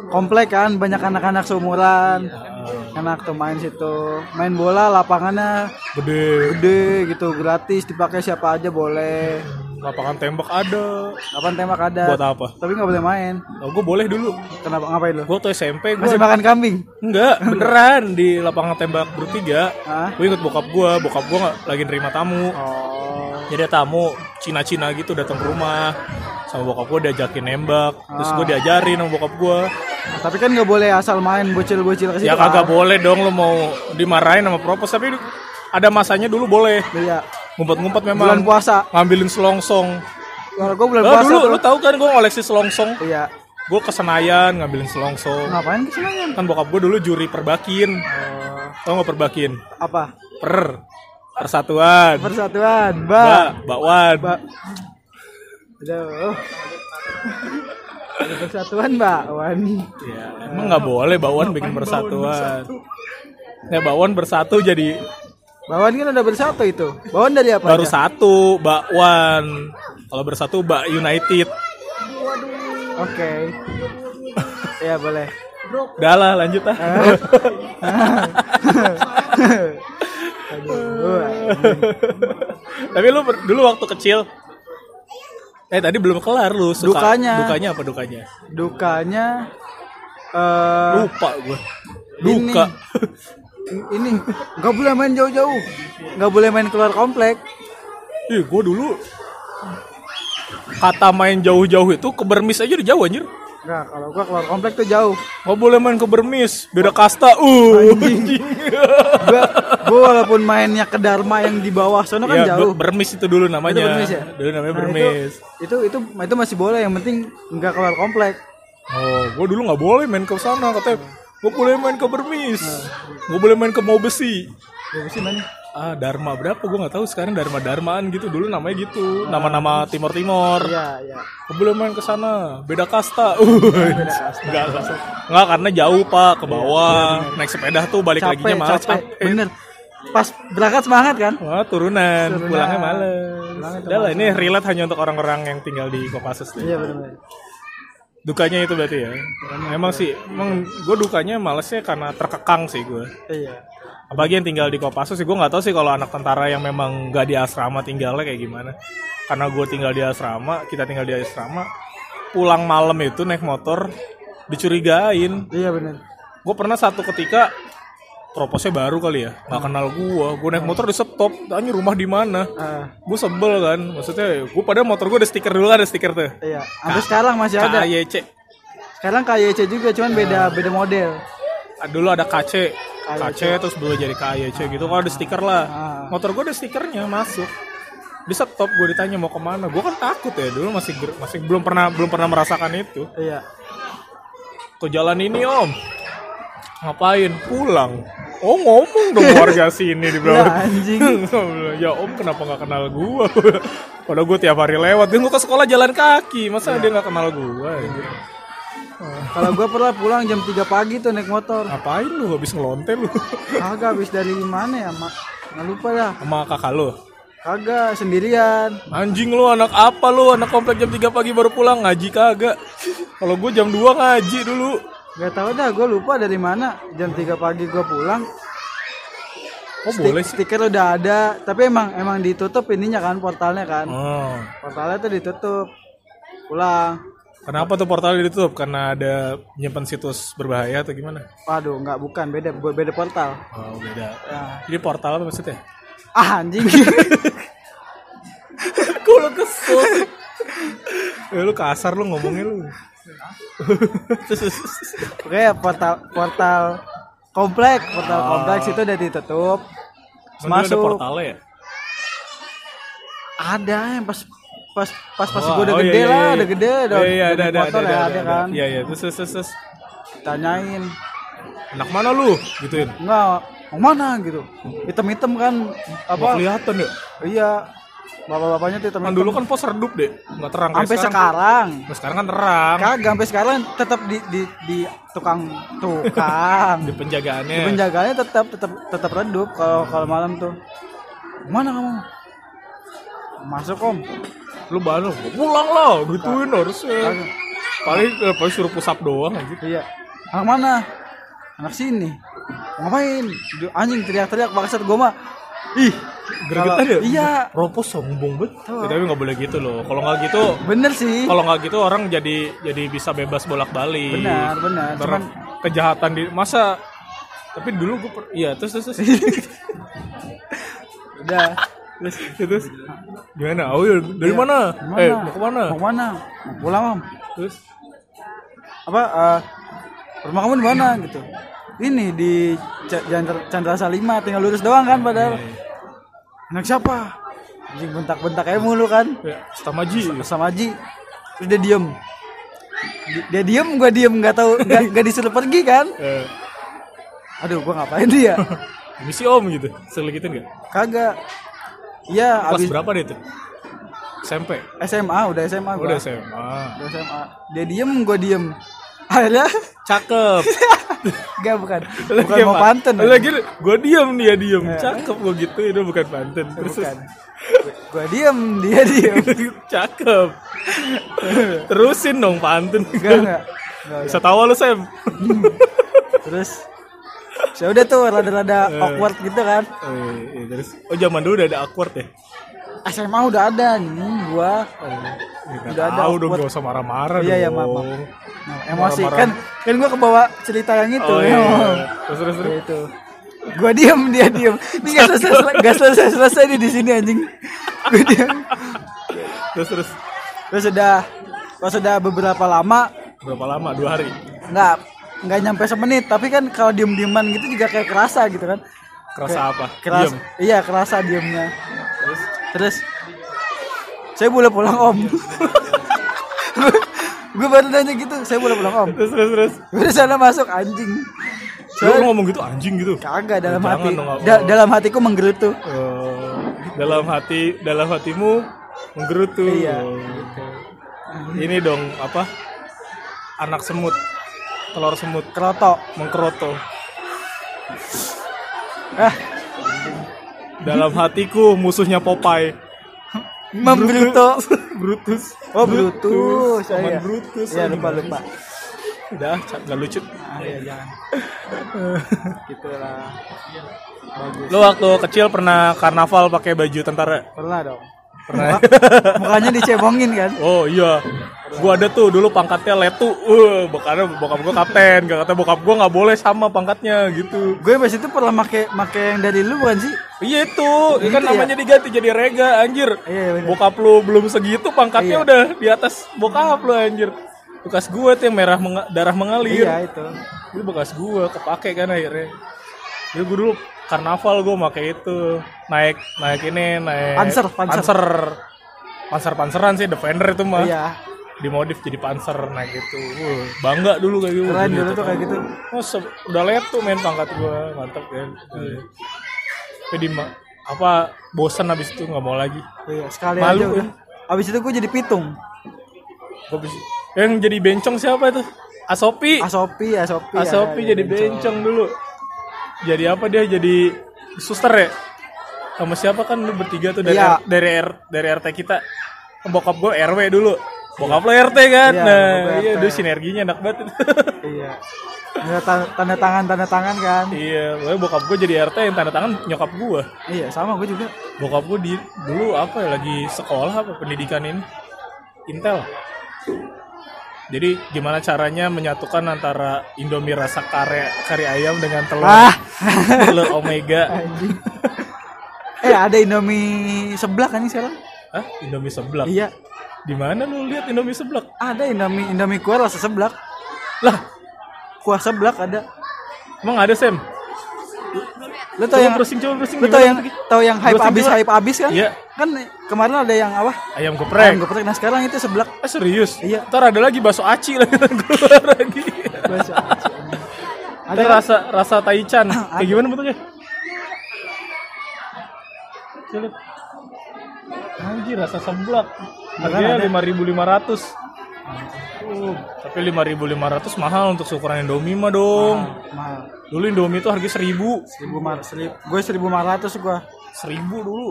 Komplek kan banyak anak-anak seumuran. Ya. Enak tuh main situ. Main bola lapangannya Gede. gede gitu, gratis dipakai siapa aja boleh. Lapangan tembak ada. Kapan tembak ada. Buat apa? Tapi nggak boleh main. Oh, gue boleh dulu. Kenapa ngapain lo? Gue tuh SMP gue Masih makan kambing. enggak beneran di lapangan tembak bertiga. Hah? Gue ikut bokap gue, bokap gue lagi nerima tamu. Oh. Jadi ada tamu Cina-Cina gitu datang ke rumah sama bokap gue diajakin nembak, terus Ah. gue diajarin sama bokap gue. Tapi kan nggak boleh asal main bocil-bocil ke situ. Ya kan? kagak boleh dong lo mau dimarahin sama propos tapi ada masanya dulu boleh. Iya. Ngumpet-ngumpet Bulan memang puasa. ngambilin selongsong. Kalau gue bulan Oh, puasa. dulu tuh. lu tahu kan gue ngoleksi selongsong. Iya. Gue ke Senayan ngambilin selongsong. Ngapain ke Senayan? Kan bokap gue dulu juri perbakin. Oh, Tau nggak perbakin? apa? Per persatuan. Persatuan, Mbak, Ba. bakwan. Ba. Aduh. Ada persatuan, Mbak. Wan. Ya, emang nggak boleh bakwan bikin persatuan. Ya bakwan bersatu jadi Bawan kan udah bersatu itu. Bawan dari apa? baru aja? satu bakwan. Kalau bersatu bak United. Oke. Iya, boleh. Udah lah lanjut ah. Aduh. [LAUGHS] Tapi lu ber- dulu waktu kecil Eh tadi belum kelar lu suka Dukanya. dukanya apa dukanya? Dukanya eh Lupa gue. Duka. ini nggak boleh main jauh-jauh. Nggak boleh main keluar komplek. Ih, gue dulu kata main jauh-jauh itu ke Bermis aja udah jauh anjir. Nah, kalau gua keluar komplek tuh jauh. Gak boleh main ke Bermis, beda kasta. Uh. [LAUGHS] Gua, gua walaupun mainnya ke Dharma yang di bawah sana kan Iya, jauh. Be- Bermis itu dulu namanya. Itu Bermis ya? Dulu namanya Nah, Bermis. itu, itu itu itu masih boleh yang penting nggak keluar komplek. Oh, gue dulu nggak boleh main ke sana katanya. Gue boleh main ke Bermis. Gue boleh main ke Mau Besi. Gua mesti main. Ah, Dharma berapa? Gue nggak tahu sekarang Dharma Dharmaan gitu. Dulu namanya gitu. Nama-nama Timor Timor. Iya, iya. Gue boleh main ke sana. Beda kasta. [LAUGHS] Beda kasta. Iya, Enggak, enggak karena jauh pak ke bawah. Naik sepeda tuh balik Capek, laginya malah capek. Bener. Pas berangkat semangat kan? Wah, turunan. Turunan. Pulangnya males. Udah lah, ini relate hanya untuk orang-orang yang tinggal di Kopassus deh. Iya benar. Dukanya itu berarti ya. Emang sih, emang gue dukanya malesnya karena terkekang sih gue. Iya. Apalagi yang tinggal di Kopassus sih, gue nggak tahu sih kalau anak tentara yang memang nggak di asrama tinggalnya kayak gimana. Karena gue tinggal di asrama, kita tinggal di asrama, pulang malam itu naik motor dicurigain. Iya benar. Gue pernah satu ketika proposnya baru kali ya nggak kenal gua gua naik motor di stop tanya rumah di mana Ah, gua sebel kan maksudnya gua pada motor gua ada stiker dulu kan, ada stiker tuh iya. Sampai sekarang masih ada. KYC Sekarang KYC juga, cuman beda beda model. Ah, dulu ada KC KC terus berubah jadi KYC gitu kalau ada stiker lah Ah. motor gua ada stikernya masuk di stop gua ditanya mau kemana gua kan takut ya dulu masih ger- masih belum pernah belum pernah merasakan itu Iya. ke jalan ini om ngapain pulang oh ngomong dong [LAUGHS] warga sini di belakang Lah, anjing. [LAUGHS] ya om kenapa nggak kenal gua [LAUGHS] padahal gua tiap hari lewat dan gua ke sekolah jalan kaki masa Iya. dia nggak kenal gua anjir? Kalau gua pernah pulang jam 3 pagi tuh naik motor. ngapain lu habis ngelonte lu [LAUGHS] Kagak habis dari mana ya, Mak? Nggak lupa dah. sama kakak lu Kagak sendirian. anjing lu anak apa lu anak komplek jam 3 pagi baru pulang ngaji kagak kalau gua jam 2 ngaji dulu Gak tau dah, gua lupa dari mana. Jam 3 pagi gua pulang. oh boleh sih Stiker udah ada, tapi emang emang ditutup ininya kan portalnya kan. oh. Portalnya tuh ditutup. Pulang. kenapa tuh portalnya ditutup karena ada nyimpan situs berbahaya atau gimana Waduh, nggak bukan beda beda portal. oh beda Ya. Jadi portal apa [LAUGHS] maksudnya? Ah anjing. [LAUGHS] Kalau kesel. ya, lu kasar lu ngomongnya [LAUGHS] lu. Oke, portal portal komplek, portal kompleks itu udah ditutup. Emang dulu Oh. Terus ada Masuk. portalnya ya? Ada yang pas pas pas pas Oh, gue udah oh, iya, gede iya, lah, iya. udah gede, udah Iya, iya, udah ada, ada, beli ada, motor ada, ya, ada, ada kan. Iya, iya, terus, terus, terus, terus. Tanyain, Anak mana lu? Gituin. enggak mau mana gitu. Hitam-hitam kan apa? Nggak kelihatan ya? Iya. Bapak-bapaknya tuh hitam. Kan dulu kan pos redup deh. Nggak terang. kayak sampai sekarang. Nah, sekarang kan terang. Kagak sampai sekarang tetap di di di tukang [LAUGHS] tukang. Di penjagaannya. penjaganya tetap tetap tetap redup kalau kalau malam tuh mana kamu masuk om Lu baru pulang lah. Gituin harusnya. Kagak. Paling, eh, paling suruh pusap doang aja. iya anak mana anak sini ngapain Duh, anjing teriak-teriak bangsat gua mah ih Gregetan kalau- ya? iya Ropo sombong banget. Ya, tapi nggak boleh gitu loh. Kalau nggak gitu, bener sih kalau nggak gitu orang jadi jadi bisa bebas bolak-balik. benar benar Ter- cuman kejahatan di masa tapi dulu gue per... iya terus terus [LAUGHS] terus udah terus, Ya, terus. gimana oh iya, dari mana eh mau ke mana mau mana mau pulang om terus apa eh, rumah kamu di mana Iya. gitu ini di C- Chandra, Chandrasa 5 tinggal lurus doang kan padahal Iya, anak siapa anjing bentak-bentak aja mulu kan ya, stamaji sama Ji terus dia diem Di- dia diem gua diem nggak tahu [LAUGHS] nggak nggak disuruh pergi kan eh, aduh gua ngapain [LAUGHS] dia misi om gitu sering gitu nggak kagak iya kelas abis berapa deh itu SMP SMA udah SMA Oh, gua udah SMA udah SMA dia diem gua diem [LAUGHS] akhirnya [LAUGHS] cakep nggak bukan bukan mau ya? pantun lagi gue diem dia diem cakep gue gitu itu bukan pantun terus bukan gua diem dia diem [LAUGHS] cakep terusin dong pantun enggak enggak Enggak, bisa tawa lu Sam [LAUGHS] enggak. terus ya udah tuh rada-rada Eh. awkward gitu kan Oh, iya, iya, terus oh zaman dulu udah ada awkward ya? SMA udah ada nih gua Udah, Oh, iya. Udah ada Eh, tahu dong awkward. gak usah marah-marah Iya, iya, dong. maaf, maaf. Nah, emosi Marah-marah. kan kan gua kebawa cerita yang itu Oh, iya, ya. iya. Terus terus terus. Dia itu gua diem dia diem ini gak selesai gak selesai selesai nih di sini anjing gua diem Terus terus. terus sudah pas sudah beberapa lama Berapa lama? Dua hari. nggak nggak nyampe semenit tapi kan kalau diem dieman gitu juga kayak kerasa gitu kan Kerasa Kayak apa? keras Diem. iya kerasa diemnya Terus Terus saya boleh pulang om. [LAUGHS] gue baru nanya gitu, saya boleh pulang om. terus terus. terus. Udah sana masuk anjing. Lu Soalnya ngomong gitu anjing gitu. kagak dalam Jangan hati, dong, nggak da- mau. dalam hatiku menggerutu. Eh, dalam hati dalam hatimu menggerutu. Iya. Ini dong apa? Anak semut. Telur semut Kerotok. mengkeroto. Ah, Dalam hatiku musuhnya Popeye. [LAUGHS] membruto. Brutus. Oh, Brutus. Paman saya. Brutus. Oh, Iya, lupa gimana lupa. sih? Udah, ca- nggak lucu. Ah, iya, [LAUGHS] jangan. gitu lah. Bagus. Lu waktu kecil pernah karnaval pakai baju tentara? Pernah dong. Pernah. Mukanya dicebongin kan? Oh iya. Gua ada tuh dulu pangkatnya letu. Uh, bokapnya bokap gua kapten. Gak kata bokap gua nggak boleh sama pangkatnya gitu. Gue pas itu pernah make make yang dari lu bukan sih? Iya itu, itu kan Gitu ya? namanya diganti jadi rega anjir. Iya, iya, bener. bokap lu belum segitu pangkatnya Iya. udah di atas bokap lu anjir. Bekas gua tuh yang merah menga- darah mengalir. Iya itu. Itu bekas gua kepake kan akhirnya. Jadi gua dulu karnaval gua pakai itu. Naik naik ini naik Panser, panser. panser. Panser-panseran sih Defender itu mah. Iya. Dimodif jadi panser nah gitu. Wuh, bangga dulu kayak gitu. Keren dulu tuh kayak gitu. Oh, se- udah letu main pangkat gua, mantap kan. Hmm. Jadi ma- apa bosan habis itu nggak mau lagi. Iya, sekali Malu, aja ya. udah. Abis itu gue jadi pitung. Habis yang jadi bencong siapa itu? Asopi. Asopi, Asopi. Iya, Asopi ada, jadi ada. bencong dulu. Jadi apa dia jadi suster ya? Sama siapa kan lu bertiga tuh dari Iya. R- dari R, dari RT kita. Bokap gue RW dulu. Bokap lo RT kan? Iya, nah, bokap gua iya RT. dulu sinerginya enak banget. [LAUGHS] Iya. Ada tan- tanda tangan, tanda tangan kan. iya, pokoknya bokap gue jadi RT yang tanda tangan nyokap gue. Iya, sama gue juga. Bokap gue di dulu apa ya lagi sekolah apa pendidikan ini Intel. Jadi gimana caranya menyatukan antara Indomie rasa kare kari ayam dengan telur Ah. telur omega. Anjing. eh, ada Indomie seblak kan ini sekarang? Hah? Indomie seblak. Iya. Di mana lu lihat Indomie seblak? Ada Indomie, Indomie kuah rasa seblak. Lah, Kuah seblak ada. emang ada Sam? Lu tau Coba yang browsing, coba browsing. lu tau Gimana yang lagi? tau yang hype Browsing abis coba. hype abis kan? Iya. Kan kemarin ada yang apa? Ayam Ayam geprek. geprek. Nah sekarang itu seblak. Ah, serius? Iya. Ntar ada lagi bakso aci lagi [LAUGHS] keluar lagi. Bahasa Aceh. Ada Ada rasa rasa taichan. Kayak gimana bentuknya? Coba. Anjir rasa seblak. Harganya ada. 5.500. Uh, tapi 5.500 mahal untuk ukuran Indomie mah dong. mahal. Dulu Indomie itu harga 1.000. Seribu mar, seribu, gue seribu empat ratus gue. seribu dulu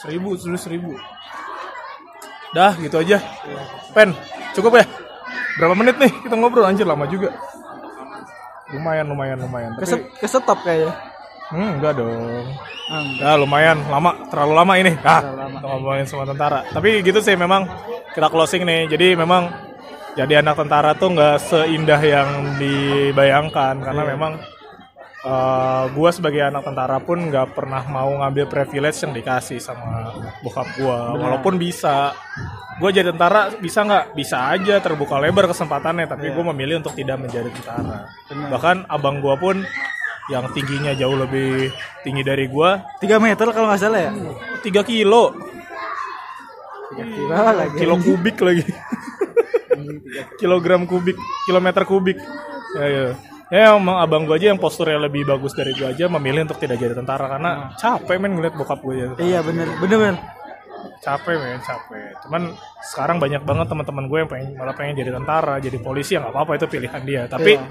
seribu dulu seribu dah gitu aja pen cukup ya berapa menit nih kita ngobrol anjir lama juga lumayan lumayan lumayan Keset, tapi kesetop kayaknya. hmm, enggak dong Ah, enggak. ya lumayan lama terlalu lama ini ah Terlalu lama. kita ngomongin semua tentara tapi gitu sih memang kita closing nih jadi memang jadi anak tentara tuh nggak seindah yang dibayangkan karena Iya. memang eh, gua sebagai anak tentara pun nggak pernah mau ngambil privilege yang dikasih sama bokap gua walaupun bisa gua jadi tentara bisa nggak bisa aja terbuka lebar kesempatannya Iya. tapi gua memilih untuk tidak menjadi tentara bahkan abang gua pun yang tingginya jauh lebih tinggi dari gua Tiga meter kalau nggak salah ya. 3 kilo Tiga kilo lagi. kilo kubik lagi kilogram kubik kilometer kubik ya ya ya emang abang gue aja yang posturnya lebih bagus dari gue aja memilih untuk tidak jadi tentara karena Hmm. capek men ngeliat bokap gue ya Iya bener, bener bener. capek men capek cuman sekarang banyak banget teman-teman gue yang pengen malah pengen jadi tentara jadi polisi ya nggak apa-apa itu pilihan dia tapi Iya.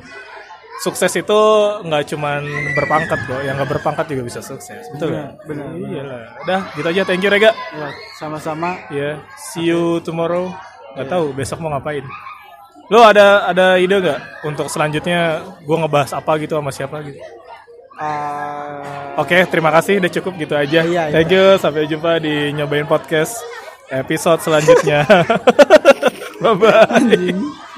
sukses itu nggak cuman berpangkat kok yang nggak berpangkat juga bisa sukses betul Benar, nggak? Iya, benar, benar. iyalah udah gitu aja thank you rega Ya, sama-sama. Ya, see you tomorrow. Iya. Gak tahu besok mau ngapain. Lo ada ada ide nggak untuk selanjutnya gue ngebahas apa gitu sama siapa gitu? Ah, Oke, terima kasih udah cukup gitu aja. Iya, iya. Thank you, sampai jumpa di [LAUGHS] nyobain podcast episode selanjutnya. bye bye.